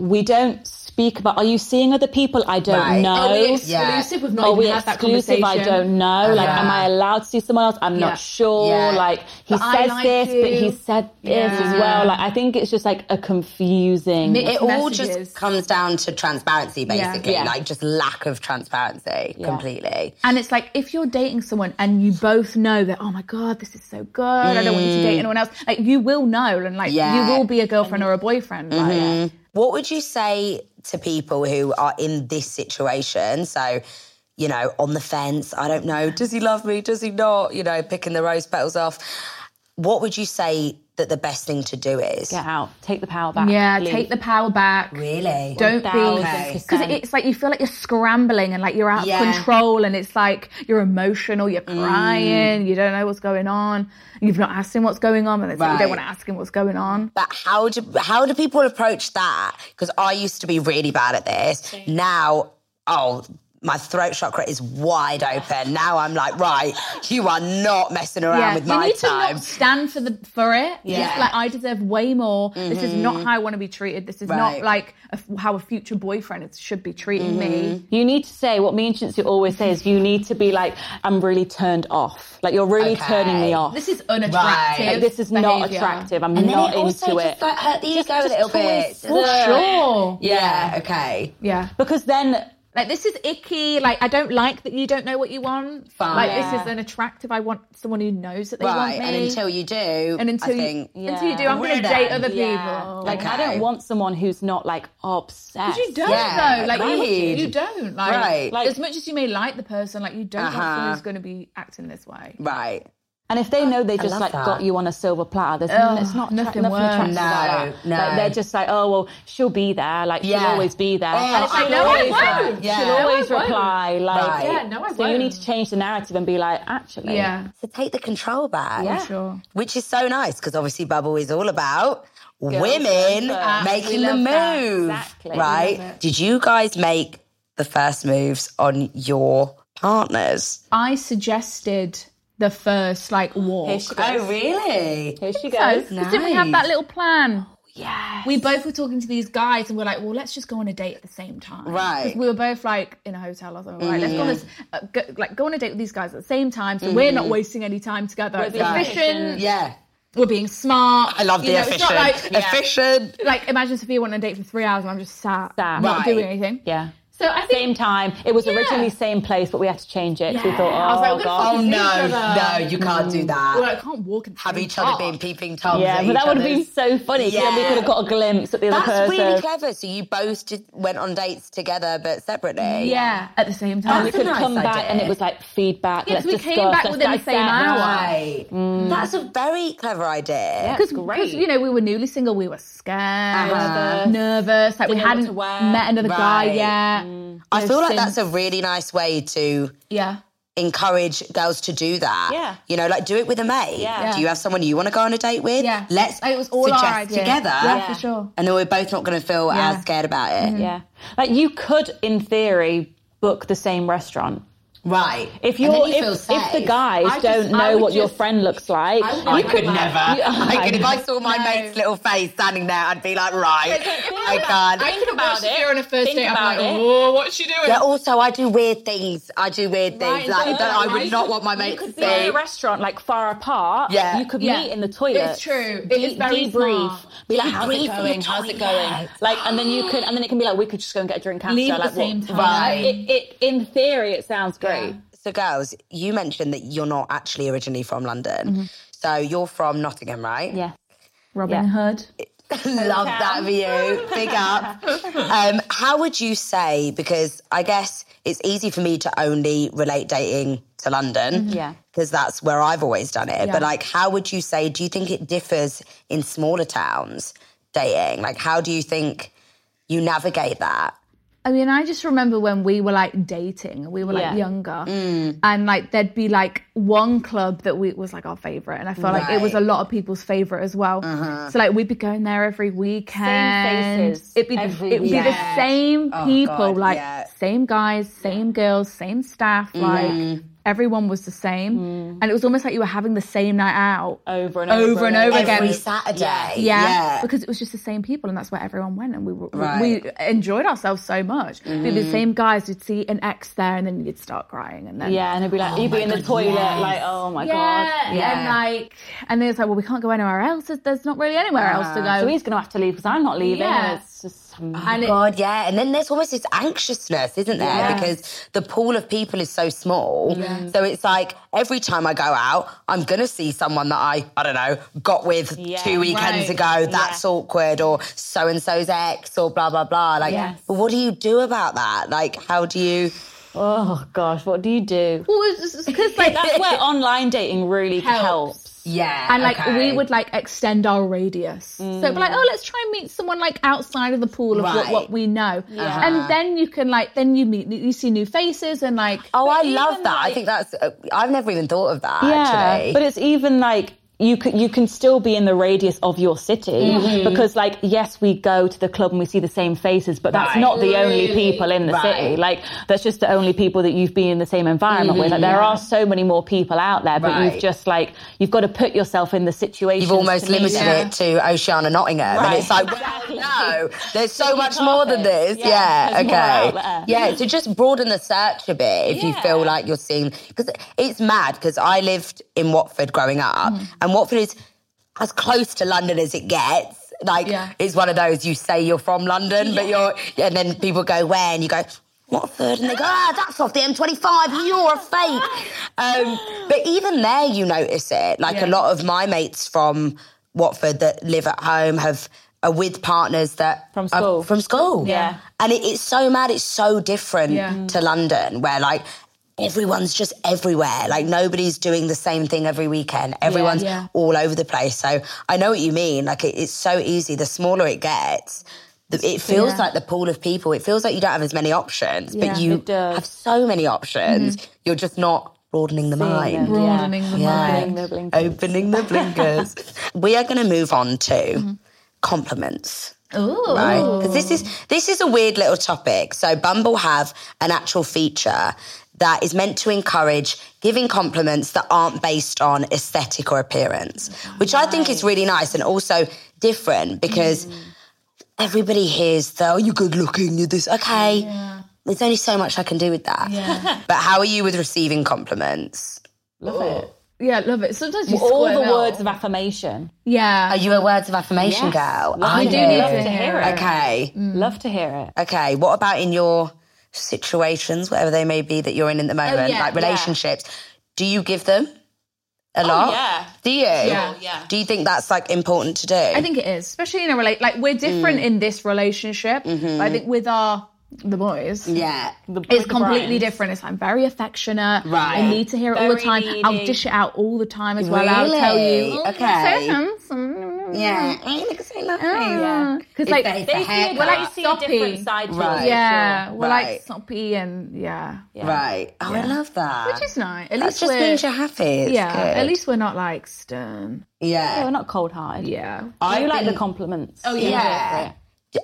[SPEAKER 2] Right.
[SPEAKER 1] We don't speak about, are you seeing other people? I don't
[SPEAKER 4] Right.
[SPEAKER 1] know.
[SPEAKER 4] Are
[SPEAKER 2] Are Oh, we exclusive? We've not
[SPEAKER 1] Are
[SPEAKER 2] even
[SPEAKER 1] we
[SPEAKER 2] had that
[SPEAKER 1] Oh, exclusive?
[SPEAKER 2] conversation.
[SPEAKER 1] I don't know. Like, am I allowed to see someone else? I'm
[SPEAKER 2] Yeah.
[SPEAKER 1] not sure.
[SPEAKER 4] Yeah.
[SPEAKER 1] Like, he
[SPEAKER 2] I
[SPEAKER 1] says
[SPEAKER 2] like
[SPEAKER 1] this, but he
[SPEAKER 2] you.
[SPEAKER 1] said this as
[SPEAKER 2] Yeah.
[SPEAKER 1] well. Like, I think it's just like a confusing.
[SPEAKER 2] Mi-
[SPEAKER 4] It all
[SPEAKER 2] messages.
[SPEAKER 4] just comes down to transparency, basically.
[SPEAKER 1] Yeah.
[SPEAKER 4] Like just lack of transparency completely.
[SPEAKER 2] And it's like if you're dating someone and you both know that, oh my god, this is so good. I don't want you to
[SPEAKER 1] Mm-hmm.
[SPEAKER 2] date anyone else. Like you will know, and like
[SPEAKER 4] Yeah.
[SPEAKER 2] you will be a girlfriend or a boyfriend. Like,
[SPEAKER 1] Mm-hmm.
[SPEAKER 4] What would you say to people who are in this situation? So, you know, on the fence, I don't know, does he love me? Does he not? You know, picking the rose petals off. What would you say that the best thing to do is?
[SPEAKER 1] Get out. Take the power back.
[SPEAKER 2] yeah,
[SPEAKER 1] leave.
[SPEAKER 2] take the power back.
[SPEAKER 4] Really?
[SPEAKER 2] Don't
[SPEAKER 1] Thousand
[SPEAKER 2] be because
[SPEAKER 1] percent.
[SPEAKER 2] it's like you feel like you're scrambling and like you're out
[SPEAKER 4] Yeah. Mm.
[SPEAKER 2] of control, and it's like you're emotional, you're crying, you don't know what's going on, you've not asked him what's going on, and it's like you
[SPEAKER 4] Right.
[SPEAKER 2] don't want to ask him what's going on.
[SPEAKER 4] But how do how do people approach that? Because I used to be really bad at this. Now, oh, my throat chakra is wide open. Now I'm like, right, you are not messing around with my
[SPEAKER 2] you need to
[SPEAKER 4] time.
[SPEAKER 2] not stand for the for it.
[SPEAKER 4] Yeah. Mm-hmm.
[SPEAKER 2] Just like I deserve way more. This is not how I want to be treated. This is not
[SPEAKER 4] Right.
[SPEAKER 2] like a f how a future boyfriend is- should be treating me.
[SPEAKER 4] Mm-hmm.
[SPEAKER 1] You need to say what me and Chintzy always say is you need to be like, I'm really turned off. Like you're really
[SPEAKER 4] Okay.
[SPEAKER 1] turning me off.
[SPEAKER 2] This is unattractive.
[SPEAKER 1] Like, this is not
[SPEAKER 2] behaviour.
[SPEAKER 1] attractive. I'm
[SPEAKER 4] and then
[SPEAKER 1] not
[SPEAKER 4] it also
[SPEAKER 1] into
[SPEAKER 4] just
[SPEAKER 1] it.
[SPEAKER 4] like hurt the ego a little bit.
[SPEAKER 1] toys. Well,
[SPEAKER 4] doesn't it?
[SPEAKER 2] Sure.
[SPEAKER 4] Yeah. Okay.
[SPEAKER 2] Yeah.
[SPEAKER 1] because then
[SPEAKER 2] Like this is icky. Like I don't like that you don't know what you want.
[SPEAKER 4] Fine.
[SPEAKER 2] Like
[SPEAKER 4] Yeah.
[SPEAKER 2] this is unattractive. I want someone who knows that they
[SPEAKER 4] Right.
[SPEAKER 2] want me.
[SPEAKER 4] And until you do,
[SPEAKER 2] and until
[SPEAKER 4] I think,
[SPEAKER 2] you, until you do, I'm
[SPEAKER 4] We're
[SPEAKER 2] going to date
[SPEAKER 4] done.
[SPEAKER 2] other
[SPEAKER 1] yeah,
[SPEAKER 2] people.
[SPEAKER 1] like I
[SPEAKER 4] Okay.
[SPEAKER 1] don't want someone who's not like obsessed.
[SPEAKER 2] You don't
[SPEAKER 4] Yeah,
[SPEAKER 2] though. Like you,
[SPEAKER 4] agreed.
[SPEAKER 2] you don't. Like,
[SPEAKER 4] Right.
[SPEAKER 1] Like-
[SPEAKER 2] as much as you may like the person, like you don't want someone
[SPEAKER 4] Uh-huh.
[SPEAKER 2] who's going to be acting this way.
[SPEAKER 4] right.
[SPEAKER 1] And if they know they just
[SPEAKER 4] love
[SPEAKER 1] like
[SPEAKER 4] that.
[SPEAKER 1] got you on a silver platter, there's
[SPEAKER 2] Ugh,
[SPEAKER 1] it's not nothing,
[SPEAKER 2] nothing
[SPEAKER 1] nothing
[SPEAKER 2] worse.
[SPEAKER 1] attractive about that.
[SPEAKER 4] No, no.
[SPEAKER 1] Like, they're just like, oh well, she'll be there. Like she'll
[SPEAKER 4] Yeah.
[SPEAKER 1] always be there.
[SPEAKER 4] Oh,
[SPEAKER 1] and it's
[SPEAKER 4] I
[SPEAKER 1] like,
[SPEAKER 4] know
[SPEAKER 1] no,
[SPEAKER 4] I
[SPEAKER 1] I
[SPEAKER 4] won't.
[SPEAKER 1] won't.
[SPEAKER 4] Yeah.
[SPEAKER 1] She'll
[SPEAKER 4] No, I
[SPEAKER 1] always
[SPEAKER 2] won't.
[SPEAKER 1] reply. Like,
[SPEAKER 4] Right. Yeah,
[SPEAKER 2] no, I
[SPEAKER 1] So you need
[SPEAKER 2] won't.
[SPEAKER 1] to change the narrative and be like, actually,
[SPEAKER 2] Yeah.
[SPEAKER 4] So take the control back.
[SPEAKER 1] Yeah.
[SPEAKER 2] Sure.
[SPEAKER 4] which is so nice because obviously Bubble is all about women
[SPEAKER 1] first.
[SPEAKER 4] making
[SPEAKER 2] We
[SPEAKER 4] the
[SPEAKER 2] love that.
[SPEAKER 4] move,
[SPEAKER 1] Exactly. We
[SPEAKER 4] right? Did you guys make the first moves on your partners?
[SPEAKER 2] I suggested the first like walk.
[SPEAKER 1] Here she goes.
[SPEAKER 4] Oh, really?
[SPEAKER 1] Here she
[SPEAKER 2] So,
[SPEAKER 1] goes.
[SPEAKER 2] 'cause didn't we have
[SPEAKER 4] Nice.
[SPEAKER 2] that little plan? Yeah. We both were talking to these guys and we're like, well, let's just go on a date at the same time.
[SPEAKER 4] Right.
[SPEAKER 2] 'Cause We were both like in a hotel or something. Right, let's go on, this, uh, go, like, go on a date with these guys at the same time so we're not wasting any time together. It's
[SPEAKER 1] being
[SPEAKER 2] efficient.
[SPEAKER 4] Yeah,
[SPEAKER 2] We're being smart.
[SPEAKER 4] I love the
[SPEAKER 2] You know, it's
[SPEAKER 4] efficient,
[SPEAKER 2] not like,
[SPEAKER 4] efficient.
[SPEAKER 2] like, imagine Sophia went on a date for three hours and I'm just sat,
[SPEAKER 1] Sat.
[SPEAKER 2] not
[SPEAKER 4] Right.
[SPEAKER 2] doing anything.
[SPEAKER 1] Yeah.
[SPEAKER 2] So I think
[SPEAKER 1] Same time. It was originally same place, but we had to change it. 'cause We
[SPEAKER 2] Yeah.
[SPEAKER 1] thought,
[SPEAKER 2] I was like,
[SPEAKER 1] oh
[SPEAKER 2] we're
[SPEAKER 1] god.
[SPEAKER 4] Oh
[SPEAKER 2] Each
[SPEAKER 4] no, no,
[SPEAKER 2] other.
[SPEAKER 4] you can't do
[SPEAKER 2] Mm. Well,
[SPEAKER 4] that.
[SPEAKER 2] I can't walk and
[SPEAKER 4] Have each other been peeping toms?
[SPEAKER 1] Yeah,
[SPEAKER 4] at
[SPEAKER 1] but
[SPEAKER 4] each
[SPEAKER 1] that would have been
[SPEAKER 4] other's-
[SPEAKER 1] so funny. 'cause Then we
[SPEAKER 4] Yeah.
[SPEAKER 1] could have got a glimpse at the other
[SPEAKER 4] That's
[SPEAKER 1] person.
[SPEAKER 4] really clever. So you both did, went on dates together, but separately.
[SPEAKER 2] Yeah, at the same
[SPEAKER 1] and
[SPEAKER 2] time.
[SPEAKER 1] we
[SPEAKER 4] That's a
[SPEAKER 1] could
[SPEAKER 4] nice
[SPEAKER 1] come back
[SPEAKER 4] idea.
[SPEAKER 1] and it was like feedback.
[SPEAKER 2] Yeah,
[SPEAKER 1] let's
[SPEAKER 2] 'cause we
[SPEAKER 1] discuss,
[SPEAKER 2] came back
[SPEAKER 1] let's
[SPEAKER 2] within the same
[SPEAKER 1] dissect.
[SPEAKER 2] hour.
[SPEAKER 4] Right. That's a very clever idea.
[SPEAKER 2] Because
[SPEAKER 1] Great.
[SPEAKER 2] you know we were newly single, we were scared,
[SPEAKER 1] Uh-huh.
[SPEAKER 2] nervous, like we
[SPEAKER 1] Didn't know what
[SPEAKER 2] hadn't
[SPEAKER 1] to wear.
[SPEAKER 2] met another guy
[SPEAKER 4] Right.
[SPEAKER 2] yet.
[SPEAKER 4] I
[SPEAKER 2] No
[SPEAKER 4] feel like
[SPEAKER 2] sin.
[SPEAKER 4] that's a really nice way to
[SPEAKER 2] yeah.
[SPEAKER 4] encourage girls to do that.
[SPEAKER 1] Yeah.
[SPEAKER 4] You know, like do it with a mate.
[SPEAKER 1] Yeah.
[SPEAKER 4] Do you have someone you want to go on a date with?
[SPEAKER 2] Yeah.
[SPEAKER 4] Let's
[SPEAKER 2] It was all
[SPEAKER 4] suggest
[SPEAKER 2] our idea.
[SPEAKER 4] together.
[SPEAKER 2] Yeah, for sure.
[SPEAKER 4] And then we're both not going to feel
[SPEAKER 2] Yeah.
[SPEAKER 4] as scared about it.
[SPEAKER 1] Yeah. Like you could, in theory, book the same restaurant.
[SPEAKER 4] Right.
[SPEAKER 1] If
[SPEAKER 4] And
[SPEAKER 1] you're,
[SPEAKER 4] then you feel
[SPEAKER 1] if, if
[SPEAKER 4] safe.
[SPEAKER 1] the guys
[SPEAKER 2] I just-
[SPEAKER 1] don't
[SPEAKER 2] I
[SPEAKER 1] know
[SPEAKER 2] would
[SPEAKER 1] what your
[SPEAKER 2] just-
[SPEAKER 1] friend looks like,
[SPEAKER 2] I would
[SPEAKER 1] you
[SPEAKER 2] never
[SPEAKER 1] could
[SPEAKER 2] do that.
[SPEAKER 1] You-
[SPEAKER 4] I could, if I saw my mate's little face standing there, I'd be like, right, I
[SPEAKER 2] Uh,
[SPEAKER 4] can't.
[SPEAKER 2] I could
[SPEAKER 1] about
[SPEAKER 2] watched if you're on a first
[SPEAKER 1] Think
[SPEAKER 2] date.
[SPEAKER 1] about
[SPEAKER 2] I'm like,
[SPEAKER 1] it.
[SPEAKER 2] oh, what's she doing?
[SPEAKER 4] But also, I do weird things. I do weird things. like,
[SPEAKER 1] so
[SPEAKER 4] that I would
[SPEAKER 1] you
[SPEAKER 4] not
[SPEAKER 1] could-
[SPEAKER 4] want my
[SPEAKER 1] you
[SPEAKER 4] mate to
[SPEAKER 1] could
[SPEAKER 4] see.
[SPEAKER 1] be in a restaurant like far apart.
[SPEAKER 4] Yeah.
[SPEAKER 1] you could
[SPEAKER 2] Yeah.
[SPEAKER 1] meet in the toilet.
[SPEAKER 2] It's true. It is very
[SPEAKER 1] debrief.
[SPEAKER 2] smart.
[SPEAKER 1] Be like, how's it
[SPEAKER 4] Debrief in the
[SPEAKER 1] going? How's it going?
[SPEAKER 4] toilet.
[SPEAKER 1] Like, and then you could, and then it can be like, we could just go and get a drink after.
[SPEAKER 2] Leave at
[SPEAKER 1] like,
[SPEAKER 2] the same time.
[SPEAKER 1] Right. It, it, in theory, it sounds great.
[SPEAKER 4] So, girls, you mentioned that you're not actually originally from London.
[SPEAKER 1] Mm-hmm.
[SPEAKER 4] So, you're from Nottingham, right?
[SPEAKER 1] Yeah.
[SPEAKER 2] Robin
[SPEAKER 1] Yeah.
[SPEAKER 2] Hood.
[SPEAKER 4] Love that for you. Big up. Um, how would you say, because I guess it's easy for me to only relate dating to London.
[SPEAKER 1] Yeah.
[SPEAKER 4] Because that's where I've always done it. But
[SPEAKER 2] Mm-hmm. Yeah.
[SPEAKER 4] like, how would you say, do you think it differs in smaller towns dating? Like, how do you think you navigate that?
[SPEAKER 2] I mean, I just remember when we were like dating, we were like
[SPEAKER 1] Yeah.
[SPEAKER 2] younger,
[SPEAKER 3] Mm.
[SPEAKER 2] and like there'd be like one club that we was like our favorite, and I felt like it was a lot of people's favorite as well.
[SPEAKER 3] Uh-huh.
[SPEAKER 2] So like we'd be going there every weekend.
[SPEAKER 1] faces
[SPEAKER 2] It'd be the,
[SPEAKER 1] every
[SPEAKER 2] it'd be the
[SPEAKER 3] weekend.
[SPEAKER 2] same
[SPEAKER 3] Oh,
[SPEAKER 2] people,
[SPEAKER 3] God,
[SPEAKER 2] like
[SPEAKER 3] yeah.
[SPEAKER 2] same guys, same girls, same staff,
[SPEAKER 3] Mm-hmm.
[SPEAKER 2] like. Everyone was the same,
[SPEAKER 3] Mm.
[SPEAKER 2] and it was almost like you were having the same night out
[SPEAKER 1] Over and
[SPEAKER 2] over and over again.
[SPEAKER 4] Every Saturday.
[SPEAKER 2] Yeah,
[SPEAKER 3] Yeah.
[SPEAKER 2] because it was just the same people, and that's where everyone went, and we were,
[SPEAKER 3] Right.
[SPEAKER 2] we enjoyed ourselves so much. We'd be the
[SPEAKER 4] Mm-hmm.
[SPEAKER 2] same guys. You'd see an ex there, and then you'd start crying, and then
[SPEAKER 1] Yeah, and it'd be like, you'd be in the toilet, like, oh my God.
[SPEAKER 2] yeah,
[SPEAKER 3] Yeah.
[SPEAKER 2] and like, and then it's like, well, we can't go anywhere else. There's- There's not really anywhere else to
[SPEAKER 4] Ah.
[SPEAKER 2] go.
[SPEAKER 1] So he's going to have to leave because I'm not leaving.
[SPEAKER 2] Yeah.
[SPEAKER 1] And it's just,
[SPEAKER 2] and it,
[SPEAKER 4] God, yeah. And then there's almost this anxiousness, isn't there? Because the pool of people is so small. So it's like every time I go out, I'm going to see someone that I, I don't know, got with
[SPEAKER 1] Yeah.
[SPEAKER 4] two weekends
[SPEAKER 2] Right.
[SPEAKER 4] ago. That's awkward. Or so and so's ex or blah, blah, blah. Like,
[SPEAKER 1] Yes.
[SPEAKER 4] but what do you do about that? Like, how do you.
[SPEAKER 1] oh gosh, what do you do?
[SPEAKER 2] because like
[SPEAKER 1] That's where online dating really helps.
[SPEAKER 2] Helps.
[SPEAKER 4] Yeah.
[SPEAKER 2] and like
[SPEAKER 4] okay. Mm.
[SPEAKER 2] we would like extend our radius so it'd be like oh let's try and meet someone like outside of the pool of
[SPEAKER 4] Right.
[SPEAKER 2] what, what we know and then you can like then you meet you see new faces and like
[SPEAKER 4] Oh, I love
[SPEAKER 1] even,
[SPEAKER 4] that. I
[SPEAKER 1] like-
[SPEAKER 4] think that's. uh, I've never even thought of that, actually.
[SPEAKER 1] but it's even like you c- you can still be in the radius of your city
[SPEAKER 4] Mm-hmm.
[SPEAKER 1] because like yes we go to the club and we see the same faces but that's
[SPEAKER 4] Right.
[SPEAKER 1] not the only people in the
[SPEAKER 4] Right.
[SPEAKER 1] city like that's just the only people that you've been in the same environment with like there are so many more people out there but
[SPEAKER 4] Mm-hmm. Right.
[SPEAKER 1] you've just like you've got to put yourself in the situation
[SPEAKER 4] You've almost limited it to Oceana Nottingham. And
[SPEAKER 1] Right.
[SPEAKER 4] it's like,
[SPEAKER 1] Exactly.
[SPEAKER 4] well, no, there's so much
[SPEAKER 1] carpet.
[SPEAKER 4] more than this.
[SPEAKER 1] Yeah,
[SPEAKER 4] Yeah,
[SPEAKER 1] there's more out
[SPEAKER 4] okay.
[SPEAKER 1] there.
[SPEAKER 4] Yeah, so just broaden the search a bit if you
[SPEAKER 1] Yeah.
[SPEAKER 4] feel like you're seeing. Because it's mad, because I lived in Watford growing up,
[SPEAKER 1] Hmm.
[SPEAKER 4] and Watford is as close to London as it gets. Like,
[SPEAKER 2] Yeah.
[SPEAKER 4] it's one of those you say you're from London, but you're. And then people go, where? And you go, Watford. And they go, ah, that's off the M25. You're a fake. Um, but even there, you notice it. Like a
[SPEAKER 2] Yeah.
[SPEAKER 4] lot of my mates from Watford that live at home have are with partners that
[SPEAKER 1] From
[SPEAKER 4] are
[SPEAKER 1] school.
[SPEAKER 4] from school.
[SPEAKER 1] Yeah.
[SPEAKER 4] and it, it's so mad. It's so different
[SPEAKER 2] Yeah. Mm.
[SPEAKER 4] to London, where like. Everyone's just everywhere. Like nobody's doing the same thing every weekend. Everyone's
[SPEAKER 2] Yeah.
[SPEAKER 4] all over the place. So I know what you mean. Like it, it's so easy. The smaller it gets, the, it feels
[SPEAKER 2] Yeah.
[SPEAKER 4] like the pool of people. It feels like you don't have as many options,
[SPEAKER 2] Yeah. Mm-hmm.
[SPEAKER 4] but you
[SPEAKER 1] It does.
[SPEAKER 4] have so many options. You're just not broadening the mind.
[SPEAKER 1] Yeah.
[SPEAKER 2] broadening the mind
[SPEAKER 1] Opening the blinkers.
[SPEAKER 4] Opening the blinkers. we are going to move on to compliments.
[SPEAKER 2] Ooh.
[SPEAKER 4] Right? 'Cause this is this is a weird little topic. So Bumble have an actual feature that is meant to encourage giving compliments that aren't based on aesthetic or appearance, which I think is really nice and also different because
[SPEAKER 1] Mm.
[SPEAKER 4] everybody hears though you're good looking, you're this okay. There's only so much I can do with that. but how are you with receiving compliments?
[SPEAKER 1] Love it.
[SPEAKER 2] yeah love it sometimes you
[SPEAKER 1] All the
[SPEAKER 2] squirm out.
[SPEAKER 1] words of affirmation.
[SPEAKER 2] yeah
[SPEAKER 4] Are you a words of affirmation
[SPEAKER 1] Yes.
[SPEAKER 4] girl?
[SPEAKER 1] Love
[SPEAKER 4] I
[SPEAKER 1] it.
[SPEAKER 4] do. Mm.
[SPEAKER 1] Love to hear it.
[SPEAKER 4] Okay.
[SPEAKER 2] Mm.
[SPEAKER 1] Love to hear it.
[SPEAKER 4] Okay. What about in your situations, whatever they may be that you're in at the moment,
[SPEAKER 2] Oh, yeah,
[SPEAKER 4] like
[SPEAKER 2] yeah.
[SPEAKER 4] relationships? Do you give them a lot?
[SPEAKER 1] yeah.
[SPEAKER 4] Do you?
[SPEAKER 2] Yeah,
[SPEAKER 4] yeah. Do you think that's like important to do?
[SPEAKER 2] I think it is, especially in a relate. Like we're different in this relationship. But I think with our the boys,
[SPEAKER 4] yeah.
[SPEAKER 2] it's completely different. It's like, I'm very affectionate.
[SPEAKER 4] Right.
[SPEAKER 2] I need to hear it all the
[SPEAKER 1] Very
[SPEAKER 2] time. I'll
[SPEAKER 1] needy.
[SPEAKER 2] dish it out all the time as well. I'll tell
[SPEAKER 4] Really?
[SPEAKER 2] you. "Oh, you're
[SPEAKER 4] Okay.
[SPEAKER 2] So handsome.
[SPEAKER 4] Yeah. I look so lovely.
[SPEAKER 2] Yeah. Because Oh. like
[SPEAKER 4] It's
[SPEAKER 2] they
[SPEAKER 4] a
[SPEAKER 1] They see,
[SPEAKER 4] haircut.
[SPEAKER 1] a,
[SPEAKER 2] We're like
[SPEAKER 1] they see a different
[SPEAKER 2] soppy.
[SPEAKER 1] side to
[SPEAKER 4] Right.
[SPEAKER 1] us.
[SPEAKER 2] yeah, we're
[SPEAKER 4] Right.
[SPEAKER 2] like soppy and yeah,
[SPEAKER 4] Right. Oh, I love that.
[SPEAKER 2] which is nice. At
[SPEAKER 4] that
[SPEAKER 2] least
[SPEAKER 4] just
[SPEAKER 2] we're
[SPEAKER 4] means you're happy. It's
[SPEAKER 2] yeah.
[SPEAKER 4] good.
[SPEAKER 2] At least we're not like stern.
[SPEAKER 4] Yeah.
[SPEAKER 1] Yeah, we're Oh, not cold hearted.
[SPEAKER 2] Yeah.
[SPEAKER 1] I you like the compliments. Oh
[SPEAKER 4] Yeah.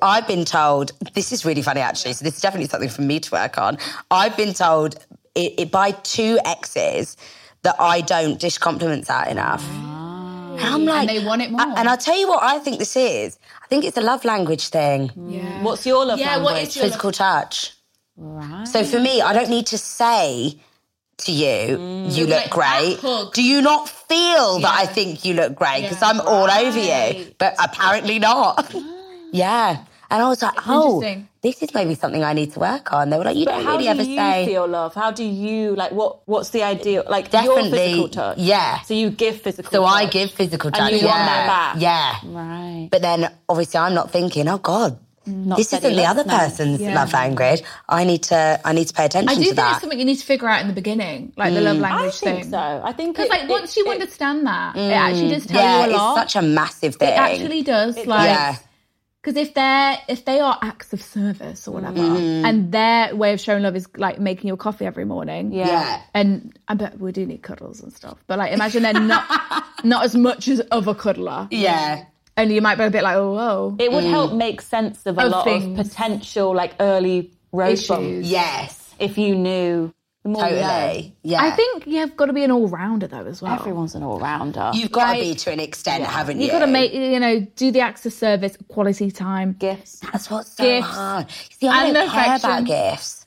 [SPEAKER 4] I've been told this is really funny actually. So this is definitely something for me to work on. I've been told it, it by two exes that I don't dish compliments out enough. And I'm like,
[SPEAKER 2] Oh. they want it more.
[SPEAKER 4] and I'll tell you what I think this is. I think it's a love language thing.
[SPEAKER 2] Yeah.
[SPEAKER 1] What's your love
[SPEAKER 2] Yeah, what
[SPEAKER 1] language?
[SPEAKER 2] is your-
[SPEAKER 4] Physical touch.
[SPEAKER 1] Right.
[SPEAKER 4] So for me, I don't need to say to you,
[SPEAKER 1] Mm.
[SPEAKER 4] you look
[SPEAKER 2] like,
[SPEAKER 4] great.
[SPEAKER 2] that hug.
[SPEAKER 4] Do you not feel that I think you look great? Because I'm all over you, but apparently not. yeah. And I was like, oh,
[SPEAKER 2] interesting.
[SPEAKER 4] this is maybe something I need to work on. They were like, you don't
[SPEAKER 1] How
[SPEAKER 4] really
[SPEAKER 1] do
[SPEAKER 4] ever
[SPEAKER 1] you
[SPEAKER 4] say.
[SPEAKER 1] feel love? How do you like what? What's the ideal? Like your
[SPEAKER 4] Definitely,
[SPEAKER 1] physical touch.
[SPEAKER 4] yeah.
[SPEAKER 1] So you give physical.
[SPEAKER 4] so
[SPEAKER 1] touch.
[SPEAKER 4] I give physical touch.
[SPEAKER 1] And you
[SPEAKER 4] yeah.
[SPEAKER 1] want that back.
[SPEAKER 4] Yeah.
[SPEAKER 1] Right.
[SPEAKER 4] But then obviously I'm not thinking, oh God, this
[SPEAKER 1] that
[SPEAKER 4] isn't
[SPEAKER 1] he
[SPEAKER 4] the
[SPEAKER 1] loves
[SPEAKER 4] other
[SPEAKER 1] me.
[SPEAKER 4] person's
[SPEAKER 2] Yeah.
[SPEAKER 4] love language. I need to I need to pay attention
[SPEAKER 2] I do
[SPEAKER 4] to
[SPEAKER 2] think it's
[SPEAKER 4] that. Mm.
[SPEAKER 2] something you need to figure out in the beginning, like the love
[SPEAKER 1] I
[SPEAKER 2] language
[SPEAKER 1] think
[SPEAKER 2] thing.
[SPEAKER 1] so. I think
[SPEAKER 2] Because
[SPEAKER 1] it-
[SPEAKER 2] like
[SPEAKER 1] it-
[SPEAKER 2] once you
[SPEAKER 1] it-
[SPEAKER 2] understand that, it actually does tell
[SPEAKER 4] Mm. yeah,
[SPEAKER 2] you a lot.
[SPEAKER 4] it's such a massive thing.
[SPEAKER 2] it actually does. Like
[SPEAKER 4] yeah.
[SPEAKER 2] because if they're if they are acts of service or whatever,
[SPEAKER 4] Mm-hmm.
[SPEAKER 2] and their way of showing love is like making your coffee every morning,
[SPEAKER 3] Yeah.
[SPEAKER 2] and I bet we do need cuddles and stuff. But like, imagine they're not not as much as of a cuddler,
[SPEAKER 3] Yeah.
[SPEAKER 2] and you might be a bit like, oh, whoa,
[SPEAKER 1] It would help make sense of a
[SPEAKER 2] Of
[SPEAKER 1] lot
[SPEAKER 2] things.
[SPEAKER 1] of potential like early rose bumps
[SPEAKER 3] Yes.
[SPEAKER 1] if you knew. The more you know.
[SPEAKER 4] Totally. Yeah.
[SPEAKER 2] I think you've got to be an all rounder though as well.
[SPEAKER 1] Everyone's an all rounder.
[SPEAKER 4] you
[SPEAKER 1] You
[SPEAKER 4] have got to be to an extent, haven't you?
[SPEAKER 2] You've got to make you know do the acts of service, quality time.
[SPEAKER 1] gifts.
[SPEAKER 4] That's what's so
[SPEAKER 2] Gifts.
[SPEAKER 4] hard. See, I
[SPEAKER 2] And
[SPEAKER 4] don't care
[SPEAKER 2] affection.
[SPEAKER 4] about gifts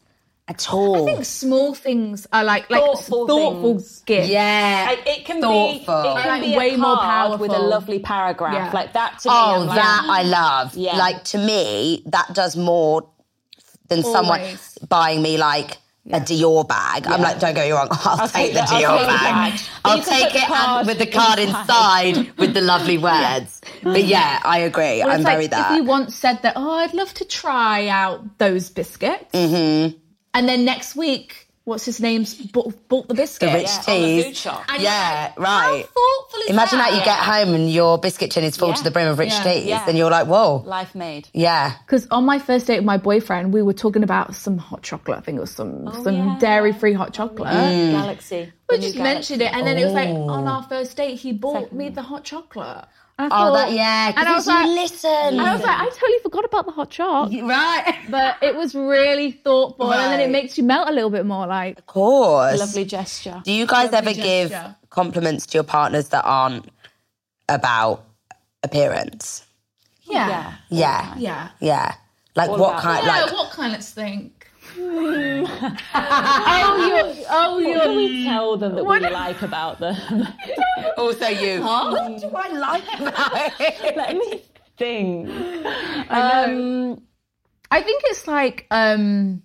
[SPEAKER 4] at all.
[SPEAKER 2] I think small things are like like thoughtful,
[SPEAKER 1] Thoughtful things.
[SPEAKER 2] gifts.
[SPEAKER 4] yeah.
[SPEAKER 1] Like, it can be,
[SPEAKER 4] Thoughtful.
[SPEAKER 1] it can
[SPEAKER 2] Like,
[SPEAKER 1] be
[SPEAKER 2] way
[SPEAKER 1] way more
[SPEAKER 2] more
[SPEAKER 1] powerful with a
[SPEAKER 2] powerful.
[SPEAKER 1] lovely paragraph
[SPEAKER 2] Yeah.
[SPEAKER 1] like that. To
[SPEAKER 4] oh,
[SPEAKER 1] me, I'm
[SPEAKER 4] that I love.
[SPEAKER 1] Yeah.
[SPEAKER 4] Like to me, that does more than someone
[SPEAKER 2] Always.
[SPEAKER 4] buying me like a Dior bag. I'm like, don't go wrong. I'll,
[SPEAKER 1] take
[SPEAKER 4] take, the
[SPEAKER 1] the- I'll
[SPEAKER 4] Dior
[SPEAKER 1] take the
[SPEAKER 4] bag.
[SPEAKER 1] bag. But
[SPEAKER 4] I'll
[SPEAKER 1] you can
[SPEAKER 4] take
[SPEAKER 1] put the
[SPEAKER 4] it and
[SPEAKER 1] card
[SPEAKER 4] with the card inside, with the lovely words. But yeah, I agree.
[SPEAKER 2] But
[SPEAKER 4] I'm
[SPEAKER 2] it's like,
[SPEAKER 4] very that.
[SPEAKER 2] If you once said that, oh, I'd love to try out those biscuits,
[SPEAKER 4] Mm-hmm.
[SPEAKER 2] and then next week, what's his name's bought, bought the biscuit.
[SPEAKER 4] rich
[SPEAKER 2] Yeah.
[SPEAKER 4] tea.
[SPEAKER 1] on the
[SPEAKER 4] Jeez.
[SPEAKER 1] food shop.
[SPEAKER 2] And you're
[SPEAKER 4] yeah,
[SPEAKER 2] like, how
[SPEAKER 4] right.
[SPEAKER 2] thoughtful is
[SPEAKER 4] Imagine that,
[SPEAKER 2] that
[SPEAKER 4] you get home and your biscuit tin is full to
[SPEAKER 1] Yeah.
[SPEAKER 4] the brim of rich
[SPEAKER 2] Yeah.
[SPEAKER 4] teas,
[SPEAKER 1] Yeah.
[SPEAKER 4] and you're like, whoa,
[SPEAKER 1] Life made.
[SPEAKER 4] yeah.
[SPEAKER 2] Because on my first date with my boyfriend, we were talking about some hot chocolate. I think it was some
[SPEAKER 4] Oh,
[SPEAKER 2] some
[SPEAKER 1] yeah.
[SPEAKER 2] dairy free hot chocolate.
[SPEAKER 4] Mm.
[SPEAKER 1] Galaxy.
[SPEAKER 2] We
[SPEAKER 1] The
[SPEAKER 2] just
[SPEAKER 1] new
[SPEAKER 2] mentioned it, and then it was like on our first date, he bought me the hot chocolate. And I thought-
[SPEAKER 4] Oh, that yeah. 'cause
[SPEAKER 2] And I was
[SPEAKER 4] it's-
[SPEAKER 2] like,
[SPEAKER 4] you listen.
[SPEAKER 2] and I was like, I totally forgot about the hot chocolate.
[SPEAKER 4] right.
[SPEAKER 2] But it was really thoughtful, and then
[SPEAKER 4] Right.
[SPEAKER 2] it makes you melt a little bit more. Like,
[SPEAKER 4] Of course.
[SPEAKER 1] Lovely gesture.
[SPEAKER 4] Do you guys ever
[SPEAKER 2] gesture.
[SPEAKER 4] give compliments to your partners that aren't about appearance?
[SPEAKER 1] Yeah.
[SPEAKER 4] Yeah.
[SPEAKER 2] yeah.
[SPEAKER 4] Yeah. Like what
[SPEAKER 1] about-
[SPEAKER 4] kind?
[SPEAKER 2] Yeah,
[SPEAKER 4] Like
[SPEAKER 2] what kind of thing? oh, you're, oh,
[SPEAKER 1] What do
[SPEAKER 2] you're.
[SPEAKER 1] we tell them that
[SPEAKER 2] What-
[SPEAKER 1] we like about them?
[SPEAKER 4] also you.
[SPEAKER 2] Huh?
[SPEAKER 4] Do I like that?
[SPEAKER 1] Let me think. Um,
[SPEAKER 2] I think it's like, um,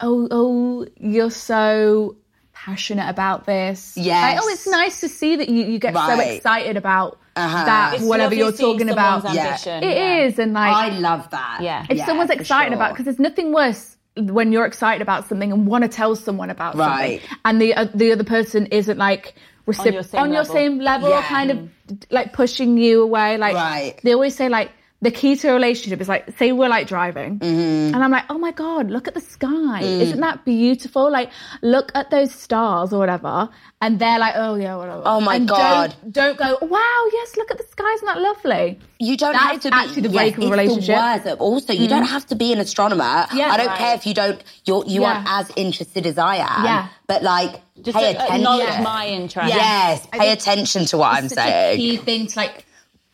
[SPEAKER 2] oh, oh, you're so passionate about this.
[SPEAKER 4] Yes.
[SPEAKER 2] Like, oh, it's nice to see that you, you get so
[SPEAKER 4] Right.
[SPEAKER 2] excited about
[SPEAKER 4] Uh-huh.
[SPEAKER 2] that,
[SPEAKER 4] It's
[SPEAKER 2] whatever
[SPEAKER 1] lovely
[SPEAKER 2] you're
[SPEAKER 1] seeing
[SPEAKER 2] talking
[SPEAKER 1] someone's
[SPEAKER 2] about. It is,
[SPEAKER 4] Yeah.
[SPEAKER 1] Ambition.
[SPEAKER 2] and like,
[SPEAKER 4] I love that.
[SPEAKER 1] Yeah.
[SPEAKER 2] if
[SPEAKER 4] Yeah,
[SPEAKER 2] someone's
[SPEAKER 4] for
[SPEAKER 2] excited
[SPEAKER 4] sure.
[SPEAKER 2] about because there's nothing worse when you're excited about something and want to tell someone about something
[SPEAKER 4] Right.
[SPEAKER 2] and the uh, the other person isn't like recipro- on your same
[SPEAKER 1] level.
[SPEAKER 2] level, or
[SPEAKER 4] Yeah.
[SPEAKER 2] kind of like pushing you away like
[SPEAKER 4] Right.
[SPEAKER 2] they always say like the key to a relationship is like say we're like driving
[SPEAKER 4] Mm-hmm.
[SPEAKER 2] and i'm like oh my god look at the sky
[SPEAKER 4] Mm.
[SPEAKER 2] isn't that beautiful like look at those stars or whatever and they're like oh yeah whatever
[SPEAKER 4] Oh my
[SPEAKER 2] And
[SPEAKER 4] God.
[SPEAKER 2] don't, don't go wow yes look at the sky isn't that lovely
[SPEAKER 4] You don't
[SPEAKER 2] That
[SPEAKER 4] have
[SPEAKER 2] is
[SPEAKER 4] to be
[SPEAKER 2] actually the break of a
[SPEAKER 4] it's the
[SPEAKER 2] relationship. Mm-hmm.
[SPEAKER 4] worst of- also, you don't have to be an astronomer.
[SPEAKER 2] Yeah.
[SPEAKER 4] I don't
[SPEAKER 2] Right.
[SPEAKER 4] care if you don't. You're, you
[SPEAKER 2] Yeah.
[SPEAKER 4] aren't as interested as I am.
[SPEAKER 2] Yeah.
[SPEAKER 4] But like,
[SPEAKER 1] Just
[SPEAKER 4] pay
[SPEAKER 1] to
[SPEAKER 4] attention.
[SPEAKER 1] acknowledge my interest.
[SPEAKER 4] Yes.
[SPEAKER 2] I
[SPEAKER 4] Pay
[SPEAKER 2] think
[SPEAKER 4] attention to what I'm
[SPEAKER 2] such a
[SPEAKER 4] saying.
[SPEAKER 2] key thing to like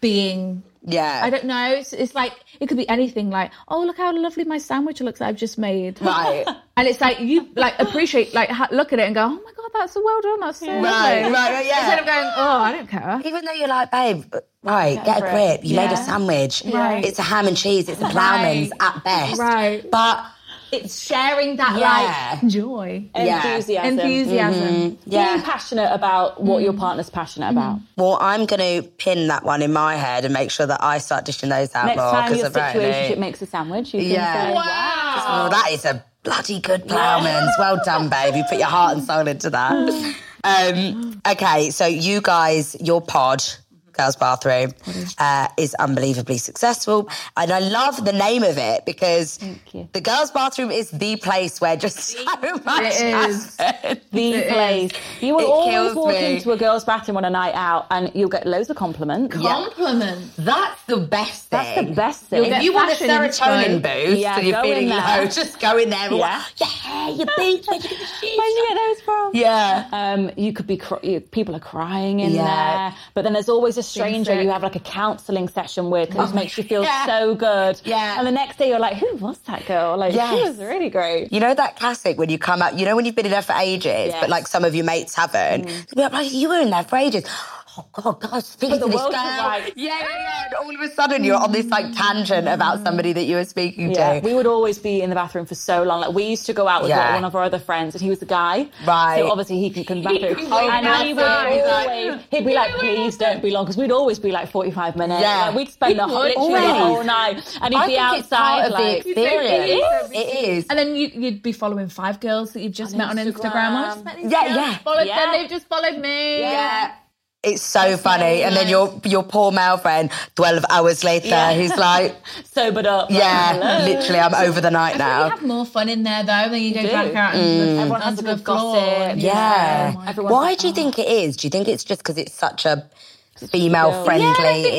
[SPEAKER 2] being
[SPEAKER 4] Yeah.
[SPEAKER 2] I don't know. It's, it's like it could be anything. Like, oh, look how lovely my sandwich looks that I've just made.
[SPEAKER 4] Right.
[SPEAKER 2] And it's like you like appreciate like ha- look at it and go, oh my god, that's so well done. That's so lovely.
[SPEAKER 4] Right, right, right, yeah.
[SPEAKER 2] Instead of going, oh, I don't care.
[SPEAKER 4] Even though you're like, babe, right, get, a grip. You made a
[SPEAKER 2] Yeah.
[SPEAKER 4] sandwich.
[SPEAKER 2] Right.
[SPEAKER 4] It's a ham and cheese. It's a ploughman's
[SPEAKER 2] Right.
[SPEAKER 4] at best.
[SPEAKER 2] Right.
[SPEAKER 4] But
[SPEAKER 2] It's sharing that
[SPEAKER 4] Yeah.
[SPEAKER 2] like joy,
[SPEAKER 4] Yeah.
[SPEAKER 1] Enthusiasm.
[SPEAKER 2] enthusiasm.
[SPEAKER 1] Being passionate about what your partner's passionate about.
[SPEAKER 4] well, I'm going to pin that one in my head and make sure that I start dishing those out
[SPEAKER 1] Next
[SPEAKER 4] more.
[SPEAKER 1] time
[SPEAKER 4] Oh, 'cause
[SPEAKER 1] your
[SPEAKER 4] I've already-
[SPEAKER 1] situationship makes a sandwich, you can
[SPEAKER 4] Yeah.
[SPEAKER 1] say,
[SPEAKER 4] Oh, that is a bloody good ploughman's. well done, babe. You put your heart and soul into that. um, okay, so you guys, your pod, Girls Bathroom, uh, is unbelievably successful. And I love the name of it because
[SPEAKER 1] you.
[SPEAKER 4] the Girls Bathroom is the place where just so much
[SPEAKER 2] It is.
[SPEAKER 4] happens.
[SPEAKER 1] the
[SPEAKER 2] It
[SPEAKER 1] place. You will
[SPEAKER 4] It
[SPEAKER 1] always
[SPEAKER 4] kills
[SPEAKER 1] walk
[SPEAKER 4] me.
[SPEAKER 1] into a girl's bathroom on a night out and you'll get loads of compliments.
[SPEAKER 2] Compliments.
[SPEAKER 4] That's the best thing.
[SPEAKER 1] That's the best thing.
[SPEAKER 2] get-
[SPEAKER 4] If you want a
[SPEAKER 2] Fashion inspo.
[SPEAKER 4] serotonin boost
[SPEAKER 1] Yeah,
[SPEAKER 4] and you're
[SPEAKER 1] go in
[SPEAKER 4] feeling
[SPEAKER 1] there.
[SPEAKER 4] low, just go in there and
[SPEAKER 1] Yeah.
[SPEAKER 4] yeah, yeah your boots, where'd you get the shoes
[SPEAKER 1] Where'd you get those from?
[SPEAKER 4] Yeah.
[SPEAKER 1] Um, you could be cr- you, people are crying in
[SPEAKER 4] Yeah.
[SPEAKER 1] there, but then there's always a stranger
[SPEAKER 2] sick.
[SPEAKER 1] you have like a counselling session with, who just makes you feel so good.
[SPEAKER 4] Oh Yeah.
[SPEAKER 1] And the next day you're like, who was that girl? Like she
[SPEAKER 4] Yes.
[SPEAKER 1] was really great.
[SPEAKER 4] You know that classic when you come out, you know when you've been in there for ages,
[SPEAKER 1] Yes. Mm.
[SPEAKER 4] but like some of your mates haven't. They'll be like, you were in there for ages. Oh God, God, I was speaking
[SPEAKER 1] the
[SPEAKER 4] to this girl.
[SPEAKER 1] world's right.
[SPEAKER 4] Yeah, yeah, yeah. And all of a sudden you're on this like tangent about somebody that you were speaking
[SPEAKER 1] Mm. Yeah,
[SPEAKER 4] to.
[SPEAKER 1] we would always be in the bathroom for so long. Like we used to go out with
[SPEAKER 4] Yeah.
[SPEAKER 1] like, one of our other friends, and he was a guy,
[SPEAKER 4] Right.
[SPEAKER 1] So obviously he can come back through.
[SPEAKER 4] Oh,
[SPEAKER 1] and he would
[SPEAKER 4] that's it.
[SPEAKER 1] always, he'd be like, "Please don't be long," because we'd always be like forty-five minutes.
[SPEAKER 4] Yeah.
[SPEAKER 1] Like, we'd spend the whole,
[SPEAKER 2] would.
[SPEAKER 1] literally the
[SPEAKER 4] Always.
[SPEAKER 1] whole night, and he'd
[SPEAKER 4] I
[SPEAKER 1] be
[SPEAKER 4] think
[SPEAKER 1] outside
[SPEAKER 4] it's part of
[SPEAKER 1] like
[SPEAKER 4] the experience. It is.
[SPEAKER 2] And then you, you'd be following five girls that you've just met on Instagram.
[SPEAKER 1] Instagram.
[SPEAKER 2] Oh, I just met these
[SPEAKER 4] Yeah,
[SPEAKER 2] girls.
[SPEAKER 4] yeah.
[SPEAKER 2] Followed
[SPEAKER 1] Yeah.
[SPEAKER 2] them. They've just followed me.
[SPEAKER 4] Yeah. It's so funny. and then your your poor male friend, 12 hours later, he's like,
[SPEAKER 1] Sobered up. like,
[SPEAKER 4] yeah,
[SPEAKER 1] hello.
[SPEAKER 4] literally, I'm over the night
[SPEAKER 5] You
[SPEAKER 4] now. Mm.
[SPEAKER 5] have more fun in there though when you go
[SPEAKER 1] do.
[SPEAKER 5] back out into the,
[SPEAKER 1] Everyone has
[SPEAKER 5] onto
[SPEAKER 1] a
[SPEAKER 5] the
[SPEAKER 1] good
[SPEAKER 5] floor.
[SPEAKER 1] gossip.
[SPEAKER 5] and-
[SPEAKER 2] Oh
[SPEAKER 4] Yeah.
[SPEAKER 1] Everyone's
[SPEAKER 4] Why
[SPEAKER 1] like,
[SPEAKER 4] do you think it is? Do you think it's just because it's such a female friendly?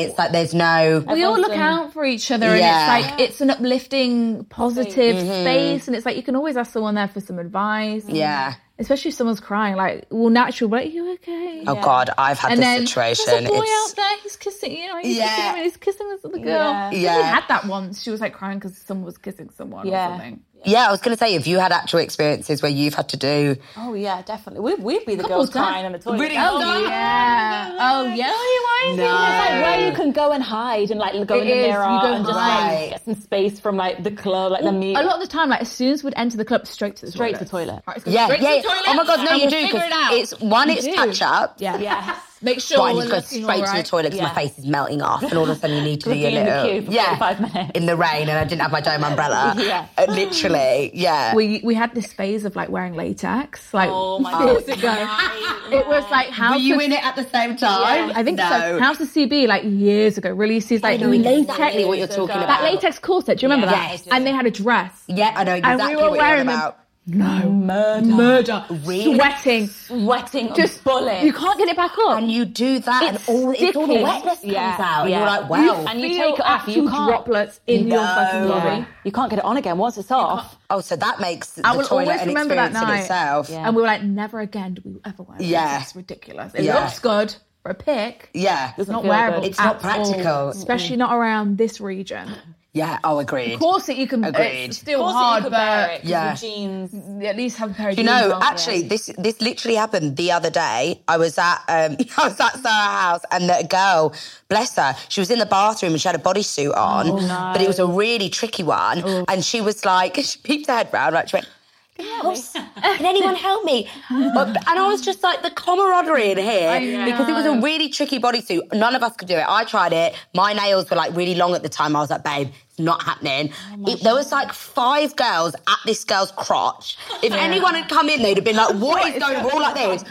[SPEAKER 4] it's like there's no.
[SPEAKER 2] we all look
[SPEAKER 1] Awesome.
[SPEAKER 2] out for each other
[SPEAKER 4] Yeah. Mm-hmm.
[SPEAKER 2] and it's like it's an uplifting positive space and it's like you can always ask someone there for some advice
[SPEAKER 4] Yeah.
[SPEAKER 2] especially if someone's crying like well natural but are you okay
[SPEAKER 4] Oh God, I've had
[SPEAKER 2] and
[SPEAKER 4] this
[SPEAKER 2] then
[SPEAKER 4] situation.
[SPEAKER 2] there's a boy
[SPEAKER 4] It's
[SPEAKER 2] out there he's kissing you know he's
[SPEAKER 4] Yeah.
[SPEAKER 2] kissing him and he's kissing this other girl
[SPEAKER 1] Yeah.
[SPEAKER 4] Yeah.
[SPEAKER 2] we had that once she was like crying because someone was kissing someone
[SPEAKER 1] Yeah.
[SPEAKER 2] or something
[SPEAKER 4] yeah, I was gonna say, have you had actual experiences where you've had to do?
[SPEAKER 1] Oh yeah, definitely. We'd, we'd be the girls
[SPEAKER 2] done.
[SPEAKER 1] crying in the toilet.
[SPEAKER 4] Really?
[SPEAKER 1] Oh,
[SPEAKER 2] oh yeah oh yeah why is
[SPEAKER 1] It's like where you can go and hide and like go in the
[SPEAKER 2] Oh, is,
[SPEAKER 1] mirror
[SPEAKER 2] you go
[SPEAKER 1] and just
[SPEAKER 4] hide.
[SPEAKER 1] like get some space from like the club, like the meet.
[SPEAKER 2] a lot of the time, like as soon as we'd enter the club, straight to the
[SPEAKER 1] Straight
[SPEAKER 2] toilet.
[SPEAKER 1] to the toilet.
[SPEAKER 2] Right, let's go
[SPEAKER 4] Yeah,
[SPEAKER 2] straight to
[SPEAKER 4] yeah.
[SPEAKER 2] the toilet.
[SPEAKER 4] oh my God, no,
[SPEAKER 2] and
[SPEAKER 4] you
[SPEAKER 2] we'll
[SPEAKER 4] do
[SPEAKER 2] figure
[SPEAKER 4] because
[SPEAKER 2] it out.
[SPEAKER 4] it's one, it's
[SPEAKER 2] do.
[SPEAKER 4] touch up.
[SPEAKER 2] yeah,
[SPEAKER 1] Yes.
[SPEAKER 2] Make sure
[SPEAKER 4] But
[SPEAKER 2] we're
[SPEAKER 4] I need to go
[SPEAKER 2] looking
[SPEAKER 4] straight to the
[SPEAKER 2] alright.
[SPEAKER 4] toilet because my
[SPEAKER 1] Yeah.
[SPEAKER 4] face is melting off, and all of a sudden you need to do
[SPEAKER 1] We'll
[SPEAKER 4] your
[SPEAKER 1] be in the
[SPEAKER 4] little
[SPEAKER 1] queue for
[SPEAKER 4] yeah,
[SPEAKER 1] 45 minutes.
[SPEAKER 4] in the rain, and I didn't have my dome umbrella.
[SPEAKER 1] Yeah.
[SPEAKER 4] Uh, literally, yeah.
[SPEAKER 2] We we had this phase of like wearing latex. Like
[SPEAKER 1] Oh my
[SPEAKER 2] years
[SPEAKER 1] God.
[SPEAKER 2] ago. it was like House.
[SPEAKER 4] Were you
[SPEAKER 2] of,
[SPEAKER 4] in it at the same time?
[SPEAKER 2] I think
[SPEAKER 4] no.
[SPEAKER 2] so. House of CB like years ago releases like latex.
[SPEAKER 4] exactly what you're talking about.
[SPEAKER 2] That latex corset. Do you remember that?
[SPEAKER 4] Yes.
[SPEAKER 2] And they had a dress.
[SPEAKER 4] Yeah, I know exactly
[SPEAKER 2] were
[SPEAKER 4] what you're on
[SPEAKER 2] wearing them.
[SPEAKER 4] about.
[SPEAKER 2] Murder.
[SPEAKER 4] Really?
[SPEAKER 2] Sweating.
[SPEAKER 1] Sweating,
[SPEAKER 2] Just
[SPEAKER 1] just bullet.
[SPEAKER 2] You can't get it back up.
[SPEAKER 4] And you do that,
[SPEAKER 2] It's
[SPEAKER 4] and all, it's all the
[SPEAKER 2] sticking.
[SPEAKER 4] wetness comes
[SPEAKER 1] Yeah, yeah.
[SPEAKER 4] out, and you're like, wow.
[SPEAKER 1] and you
[SPEAKER 2] Feel
[SPEAKER 1] take it off. You
[SPEAKER 2] actual
[SPEAKER 1] can't.
[SPEAKER 2] droplets in your
[SPEAKER 4] No.
[SPEAKER 2] fucking
[SPEAKER 1] Yeah.
[SPEAKER 2] body.
[SPEAKER 1] You can't get it on again once it's off.
[SPEAKER 4] oh, so that makes
[SPEAKER 2] I
[SPEAKER 4] the
[SPEAKER 2] will
[SPEAKER 4] toilet
[SPEAKER 2] always
[SPEAKER 4] an
[SPEAKER 2] remember that
[SPEAKER 4] experience in
[SPEAKER 2] night.
[SPEAKER 4] itself. Yeah.
[SPEAKER 1] Yeah.
[SPEAKER 2] And we were like, never again do we ever wear it.
[SPEAKER 4] Yeah.
[SPEAKER 2] It's ridiculous. It
[SPEAKER 4] Yeah.
[SPEAKER 2] looks good for a pic.
[SPEAKER 4] Yeah.
[SPEAKER 2] It's not
[SPEAKER 1] feel
[SPEAKER 2] wearable.
[SPEAKER 1] good.
[SPEAKER 4] It's not
[SPEAKER 2] at all,
[SPEAKER 4] practical.
[SPEAKER 2] especially not around this region.
[SPEAKER 4] Oh, agreed.
[SPEAKER 2] Corset you can
[SPEAKER 4] Agreed.
[SPEAKER 2] it's still
[SPEAKER 1] Of course
[SPEAKER 2] hard,
[SPEAKER 1] you could wear it
[SPEAKER 2] but
[SPEAKER 1] 'cause
[SPEAKER 4] Yeah.
[SPEAKER 1] your jeans.
[SPEAKER 2] at least have a pair of
[SPEAKER 4] You
[SPEAKER 2] jeans
[SPEAKER 4] know,
[SPEAKER 2] after
[SPEAKER 4] actually,
[SPEAKER 2] it.
[SPEAKER 4] this this literally happened the other day. I was at um, I was at Sarah's house, and the girl, bless her, she was in the bathroom and she had a bodysuit on,
[SPEAKER 2] Oh,
[SPEAKER 4] but it was a really tricky one. And she was like, she peeped her head round, like she went. "Girls, Can anyone help me? But- and I was just like the camaraderie in here because it was a really tricky bodysuit. None of us could do it. I tried it. My nails were like really long at the time. I was like, babe, it's not happening. It- there was like five girls at this girl's crotch. If anyone had come in, they'd have been like, what is going on? We're all like this.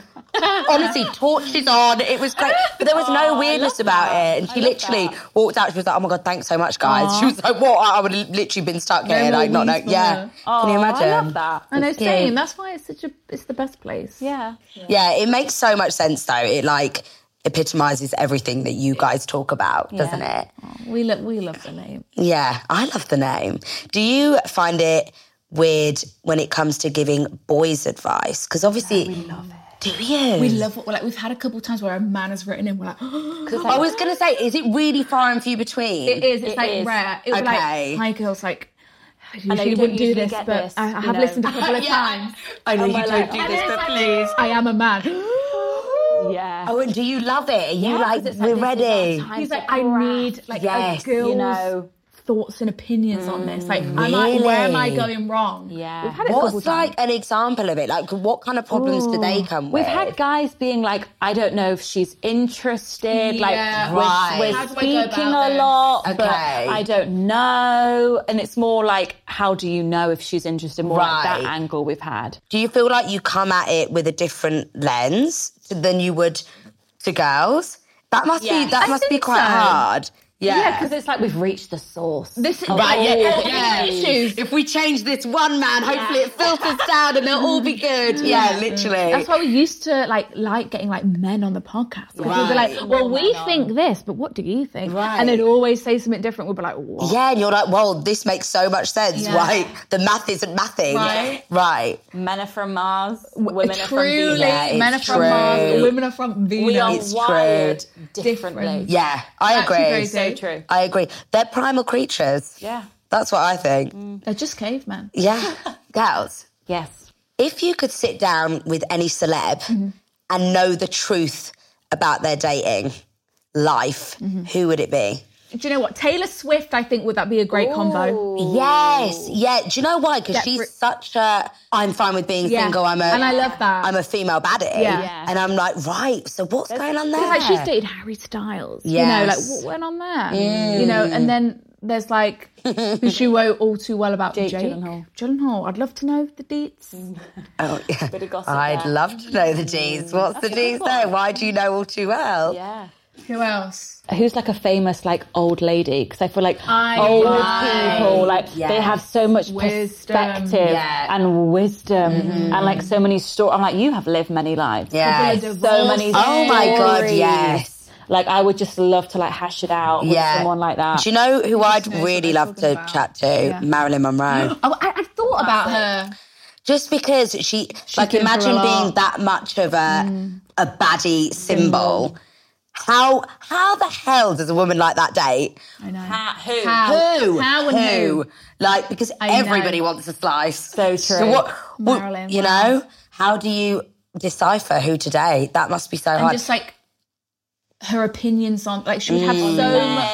[SPEAKER 4] Honestly, torches on. It was great. But there was no weirdness about it. And she literally walked out. She was like, oh my God, thanks so much, guys. She was like, what? I would have literally been stuck here.
[SPEAKER 2] more
[SPEAKER 4] like, not
[SPEAKER 2] weeds
[SPEAKER 4] like,
[SPEAKER 2] for
[SPEAKER 4] yeah.
[SPEAKER 2] her.
[SPEAKER 1] Oh,
[SPEAKER 4] Can you imagine?
[SPEAKER 1] I love that.
[SPEAKER 2] I know,
[SPEAKER 4] Yeah.
[SPEAKER 2] same. That's why it's such a, it's the best place.
[SPEAKER 1] Yeah.
[SPEAKER 4] Yeah, it makes so much sense though. It like epitomizes everything that you guys talk about, doesn't it?
[SPEAKER 2] We love, we love the name.
[SPEAKER 4] Yeah, I love the name. Do you find it weird when it comes to giving boys advice? Because obviously, we love it. Do you?
[SPEAKER 5] We love what like we've had a couple times where a man has written in, we're like, oh,
[SPEAKER 4] I was gonna say, is it really far and few between?
[SPEAKER 2] It is. It's
[SPEAKER 1] It
[SPEAKER 2] like
[SPEAKER 1] is.
[SPEAKER 2] rare. It was
[SPEAKER 4] Okay.
[SPEAKER 2] like my girls like. I usually
[SPEAKER 1] you don't
[SPEAKER 2] wouldn't do
[SPEAKER 1] usually
[SPEAKER 2] this,
[SPEAKER 1] get
[SPEAKER 2] but
[SPEAKER 1] this,
[SPEAKER 2] I,
[SPEAKER 1] you
[SPEAKER 2] I have
[SPEAKER 1] know.
[SPEAKER 2] listened a couple of times.
[SPEAKER 4] I know you
[SPEAKER 1] my
[SPEAKER 4] don't
[SPEAKER 1] God.
[SPEAKER 4] do this, but please.
[SPEAKER 2] please, I am a man.
[SPEAKER 1] Yeah.
[SPEAKER 4] Oh, and do you love it? Are you like,
[SPEAKER 1] 'cause it's
[SPEAKER 4] we're
[SPEAKER 1] like, this is our
[SPEAKER 4] ready?
[SPEAKER 1] time
[SPEAKER 2] He's
[SPEAKER 1] to
[SPEAKER 2] like, I
[SPEAKER 1] crack,
[SPEAKER 2] need like
[SPEAKER 4] Yes.
[SPEAKER 2] a girl's
[SPEAKER 1] You know.
[SPEAKER 2] thoughts and opinions on this. Like, I'm like, where am I
[SPEAKER 4] Really?
[SPEAKER 2] going wrong?
[SPEAKER 1] Yeah.
[SPEAKER 2] we've had it a couple
[SPEAKER 4] What's like
[SPEAKER 2] times.
[SPEAKER 4] an example of it? Like, what kind of problems do they come with?
[SPEAKER 1] We've had guys being like, I don't know if she's interested.
[SPEAKER 2] Yeah.
[SPEAKER 1] Like, we're,
[SPEAKER 4] Right.
[SPEAKER 1] we're
[SPEAKER 4] How
[SPEAKER 5] do I go
[SPEAKER 1] speaking
[SPEAKER 5] about
[SPEAKER 1] a
[SPEAKER 5] this?
[SPEAKER 1] lot, but
[SPEAKER 4] Okay.
[SPEAKER 1] I don't know. And it's more like, how do you know if she's interested? More like that
[SPEAKER 4] Right.
[SPEAKER 1] angle we've had.
[SPEAKER 4] Do you feel like you come at it with a different lens than you would to girls? That must
[SPEAKER 1] Yeah.
[SPEAKER 4] be that
[SPEAKER 2] I
[SPEAKER 4] must be
[SPEAKER 2] think
[SPEAKER 4] quite
[SPEAKER 2] so.
[SPEAKER 4] hard. Yeah.
[SPEAKER 1] Yeah, because it's like we've reached the source.
[SPEAKER 2] This is
[SPEAKER 4] Right, Uh, yeah,
[SPEAKER 2] Oh,
[SPEAKER 4] yeah.
[SPEAKER 2] issues.
[SPEAKER 4] If we change this one man, hopefully it filters down and they'll all be good. Yeah, literally.
[SPEAKER 2] That's why we used to like like getting like men on the podcast. 'Cause We'd be
[SPEAKER 4] Right.
[SPEAKER 2] like, well, we think this, but what do you think?
[SPEAKER 4] Right.
[SPEAKER 2] And they'd always say something different. We'd be like, what?
[SPEAKER 4] yeah, and you're like, well, this makes so much sense.
[SPEAKER 2] Yeah.
[SPEAKER 4] Right, the math isn't mathing.
[SPEAKER 2] Right.
[SPEAKER 4] right.
[SPEAKER 1] Men are from Mars, women are from
[SPEAKER 2] Truly,
[SPEAKER 1] Venus.
[SPEAKER 4] Yeah, it's
[SPEAKER 2] men are from
[SPEAKER 4] true.
[SPEAKER 2] Mars, women are from Venus.
[SPEAKER 1] We are
[SPEAKER 4] It's
[SPEAKER 1] wired
[SPEAKER 2] Different.
[SPEAKER 1] differently.
[SPEAKER 4] Yeah, I
[SPEAKER 2] Actually
[SPEAKER 4] agree.
[SPEAKER 2] crazy.
[SPEAKER 1] So true.
[SPEAKER 4] I agree. They're primal creatures.
[SPEAKER 1] Yeah.
[SPEAKER 4] That's what I think.
[SPEAKER 2] They're just cavemen.
[SPEAKER 4] Yeah, girls.
[SPEAKER 1] Yes.
[SPEAKER 4] if you could sit down with any celeb and know the truth about their dating life, who would it be?
[SPEAKER 2] Do you know what? Taylor Swift, I think, would that be a great combo?
[SPEAKER 4] Yes, yeah. Do you know why? Because she's
[SPEAKER 2] Separate-
[SPEAKER 4] such a. I'm fine with being single. I'm a.
[SPEAKER 2] and I love that.
[SPEAKER 4] I'm a female baddie.
[SPEAKER 2] Yeah. Yeah.
[SPEAKER 4] And I'm like, right. So what's going on there?
[SPEAKER 2] It's like she's dated Harry Styles. You know,
[SPEAKER 4] Yes.
[SPEAKER 2] like what went on there? You know, and then there's like the duo all too well about
[SPEAKER 1] Jake
[SPEAKER 2] Jake,
[SPEAKER 1] Gyllenhaal. Mm.
[SPEAKER 2] Gyllenhaal. I'd love to know the deets.
[SPEAKER 4] Oh, yeah.
[SPEAKER 1] Bit of gossip
[SPEAKER 4] I'd
[SPEAKER 1] there.
[SPEAKER 4] love to know the D's. What's the
[SPEAKER 1] That's a good
[SPEAKER 4] D's there?
[SPEAKER 1] one.
[SPEAKER 4] Why do you know all too well?
[SPEAKER 1] Yeah.
[SPEAKER 5] Who else?
[SPEAKER 1] Who's like a famous like old lady? Because I feel like
[SPEAKER 5] I
[SPEAKER 1] old
[SPEAKER 5] like-
[SPEAKER 1] people like they have so much
[SPEAKER 5] Wisdom.
[SPEAKER 1] perspective
[SPEAKER 4] Yeah. Mm-hmm.
[SPEAKER 1] and wisdom and like so many stories. I'm like, you have lived many lives.
[SPEAKER 4] Yes.
[SPEAKER 5] People are
[SPEAKER 1] so many.
[SPEAKER 5] divorced.
[SPEAKER 4] Oh my God,
[SPEAKER 1] stories.
[SPEAKER 4] yes.
[SPEAKER 1] Like I would just love to like hash it out with
[SPEAKER 4] Yeah.
[SPEAKER 1] someone like that.
[SPEAKER 4] Do you know who I'd
[SPEAKER 5] knows what
[SPEAKER 4] really
[SPEAKER 5] they're
[SPEAKER 4] love
[SPEAKER 5] talking
[SPEAKER 4] to
[SPEAKER 5] about.
[SPEAKER 4] chat to? Marilyn Monroe.
[SPEAKER 5] Oh, I, I thought about her.
[SPEAKER 4] Just because she, like,
[SPEAKER 2] been through
[SPEAKER 4] imagine
[SPEAKER 2] a lot.
[SPEAKER 4] being that much of a
[SPEAKER 5] Mm.
[SPEAKER 4] a baddie symbol. How how the hell does a woman like that date?
[SPEAKER 1] who?
[SPEAKER 5] How?
[SPEAKER 4] Who?
[SPEAKER 5] How and who?
[SPEAKER 4] Like because
[SPEAKER 5] know.
[SPEAKER 4] everybody wants a slice.
[SPEAKER 1] So
[SPEAKER 4] So
[SPEAKER 1] true.
[SPEAKER 4] what? what-
[SPEAKER 2] Marilyn,
[SPEAKER 4] you
[SPEAKER 2] wow.
[SPEAKER 4] know, how do you decipher who to date? That must be so
[SPEAKER 5] And
[SPEAKER 4] hard.
[SPEAKER 5] just like her opinions on, like she would have so much.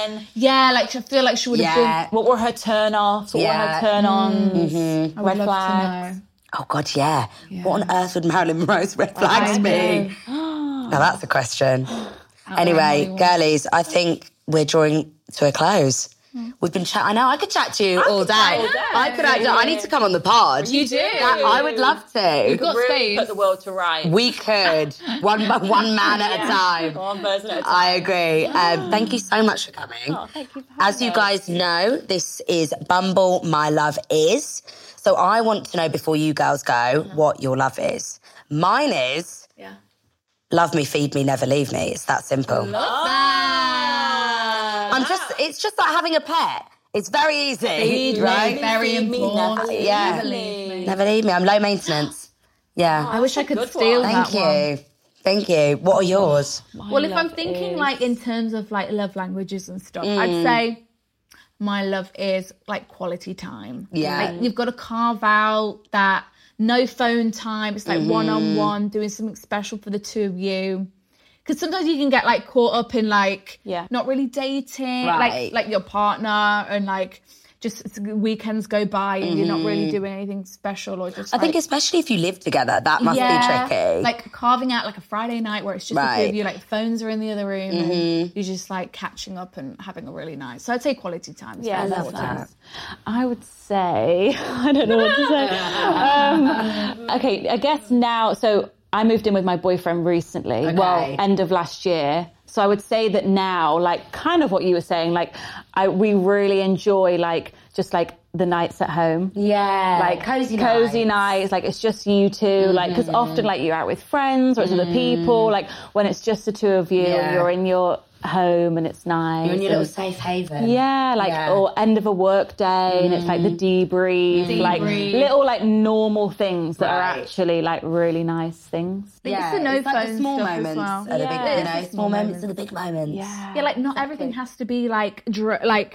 [SPEAKER 1] Men.
[SPEAKER 5] Yeah, like I feel like she would have been.
[SPEAKER 4] yeah.
[SPEAKER 1] What were her turn offs? What were
[SPEAKER 4] Yeah. Mm-hmm.
[SPEAKER 1] her turn ons?
[SPEAKER 5] I would
[SPEAKER 1] Red
[SPEAKER 5] love to
[SPEAKER 1] flags.
[SPEAKER 5] know.
[SPEAKER 4] Oh God, yeah. What on earth would Marilyn Monroe's red flags be? Now that's a question. Anyway, girlies, I think we're drawing to a close. We've been chat. I know Hmm. I could chat to you all day. I could. Act- I need to come on the pod.
[SPEAKER 5] You do.
[SPEAKER 4] That- I would love to.
[SPEAKER 5] got
[SPEAKER 1] Really
[SPEAKER 5] space.
[SPEAKER 1] put the world to right.
[SPEAKER 4] we could one one man at a time.
[SPEAKER 1] One person at a time.
[SPEAKER 4] I agree. Um, thank you so much for coming.
[SPEAKER 1] Thank you for
[SPEAKER 4] As Oh, you
[SPEAKER 1] having me.
[SPEAKER 4] guys know, this is Bumble My Love Is. So I want to know before you girls go what your love is. Mine is
[SPEAKER 5] Yeah.
[SPEAKER 4] love me, feed me, never leave me. It's that simple. I'm just it's just like having a pet. It's very easy. right?
[SPEAKER 5] Very
[SPEAKER 1] Feed me,
[SPEAKER 5] important.
[SPEAKER 1] never leave
[SPEAKER 4] Yeah.
[SPEAKER 1] me.
[SPEAKER 4] Never leave me. Oh, I'm low maintenance. Yeah.
[SPEAKER 2] I wish
[SPEAKER 1] That's
[SPEAKER 2] I
[SPEAKER 1] a
[SPEAKER 2] could
[SPEAKER 1] good
[SPEAKER 2] steal
[SPEAKER 1] one.
[SPEAKER 2] that
[SPEAKER 4] Thank you.
[SPEAKER 2] one.
[SPEAKER 4] Thank you. What are yours?
[SPEAKER 2] Well, if I'm thinking like in terms of like love languages and stuff,
[SPEAKER 4] Mm.
[SPEAKER 2] I'd say my love is like quality time.
[SPEAKER 4] Yeah.
[SPEAKER 2] Like you've got to carve out that no phone time. It's like one on
[SPEAKER 4] Mm-hmm.
[SPEAKER 2] one, doing something special for the two of you. Because sometimes you can get like caught up in like
[SPEAKER 1] Yeah.
[SPEAKER 2] not really dating,
[SPEAKER 4] Right.
[SPEAKER 2] like like your partner and like just s- weekends go by and you're not really doing anything special or just.
[SPEAKER 4] Mm-hmm. I think especially if you live together, that must be tricky.
[SPEAKER 2] Like carving out like a Friday night where it's just the two
[SPEAKER 4] Right. Mm-hmm.
[SPEAKER 2] of you, like phones are in the other room, and you're just like catching up and having a really nice. So I'd say quality time. is
[SPEAKER 1] Yeah, I
[SPEAKER 2] very
[SPEAKER 1] love
[SPEAKER 2] important.
[SPEAKER 4] that.
[SPEAKER 1] I would say I don't know what to say. um, okay, I guess now. So I moved in with my boyfriend recently. Well, end of last year. So I would say that now, like kind of what you were saying, like I we really enjoy like just like the nights at home.
[SPEAKER 4] yeah.
[SPEAKER 1] Like cozy nights, like it's just you 2 like
[SPEAKER 4] Mm-hmm.
[SPEAKER 1] because often like you're out with friends or it's other people. Like when it's just the two of you,
[SPEAKER 4] Yeah.
[SPEAKER 1] you're in your home and it's nice.
[SPEAKER 4] In your
[SPEAKER 1] and-
[SPEAKER 4] little safe haven.
[SPEAKER 1] yeah, like
[SPEAKER 4] Yeah.
[SPEAKER 1] or end of a work day, and it's like the debrief, like little like normal things that
[SPEAKER 4] Right.
[SPEAKER 1] are actually like really nice things.
[SPEAKER 2] I think it's the no
[SPEAKER 4] it's like the
[SPEAKER 2] phone
[SPEAKER 4] small
[SPEAKER 2] stuff as
[SPEAKER 4] moments
[SPEAKER 2] well.
[SPEAKER 4] are the
[SPEAKER 1] Yeah.
[SPEAKER 4] big, you
[SPEAKER 1] It's
[SPEAKER 4] know, small moments are the big moments.
[SPEAKER 2] Yeah, like not everything has to be like dr- like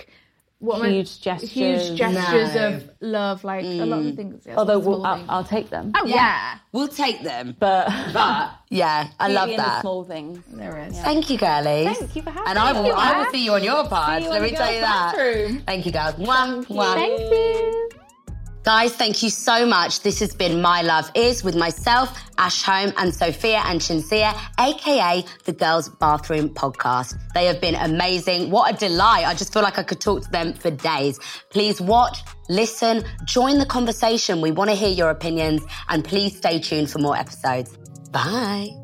[SPEAKER 2] what am I-
[SPEAKER 1] Huge gestures.
[SPEAKER 2] huge gestures
[SPEAKER 4] No.
[SPEAKER 2] of love. Like a
[SPEAKER 4] Mm.
[SPEAKER 2] lot of things. yeah,
[SPEAKER 1] Although
[SPEAKER 2] small
[SPEAKER 1] we'll, I'll,
[SPEAKER 2] things.
[SPEAKER 1] I'll take them,
[SPEAKER 2] oh yeah.
[SPEAKER 4] We'll take them.
[SPEAKER 1] but
[SPEAKER 4] But yeah, I love
[SPEAKER 1] in the
[SPEAKER 4] that.
[SPEAKER 1] small things.
[SPEAKER 2] there is.
[SPEAKER 4] Thank you, girlies.
[SPEAKER 1] Thank you for having
[SPEAKER 4] And I
[SPEAKER 1] me.
[SPEAKER 4] will, I will
[SPEAKER 1] Yeah.
[SPEAKER 4] see you on your pod.
[SPEAKER 1] you
[SPEAKER 4] Let
[SPEAKER 1] on
[SPEAKER 4] me
[SPEAKER 1] the
[SPEAKER 4] tell you
[SPEAKER 1] girls'
[SPEAKER 4] that.
[SPEAKER 1] bathroom.
[SPEAKER 4] Thank you, guys. Wah, wah.
[SPEAKER 1] Thank you.
[SPEAKER 4] Guys, thank you so much. This has been My Love Is with myself, Ash Home, and Sophia and Chinsia, aka the Girls Bathroom Podcast. They have been amazing. What a delight. I just feel like I could talk to them for days. Please watch, listen, join the conversation. We want to hear your opinions, and please stay tuned for more episodes. Bye.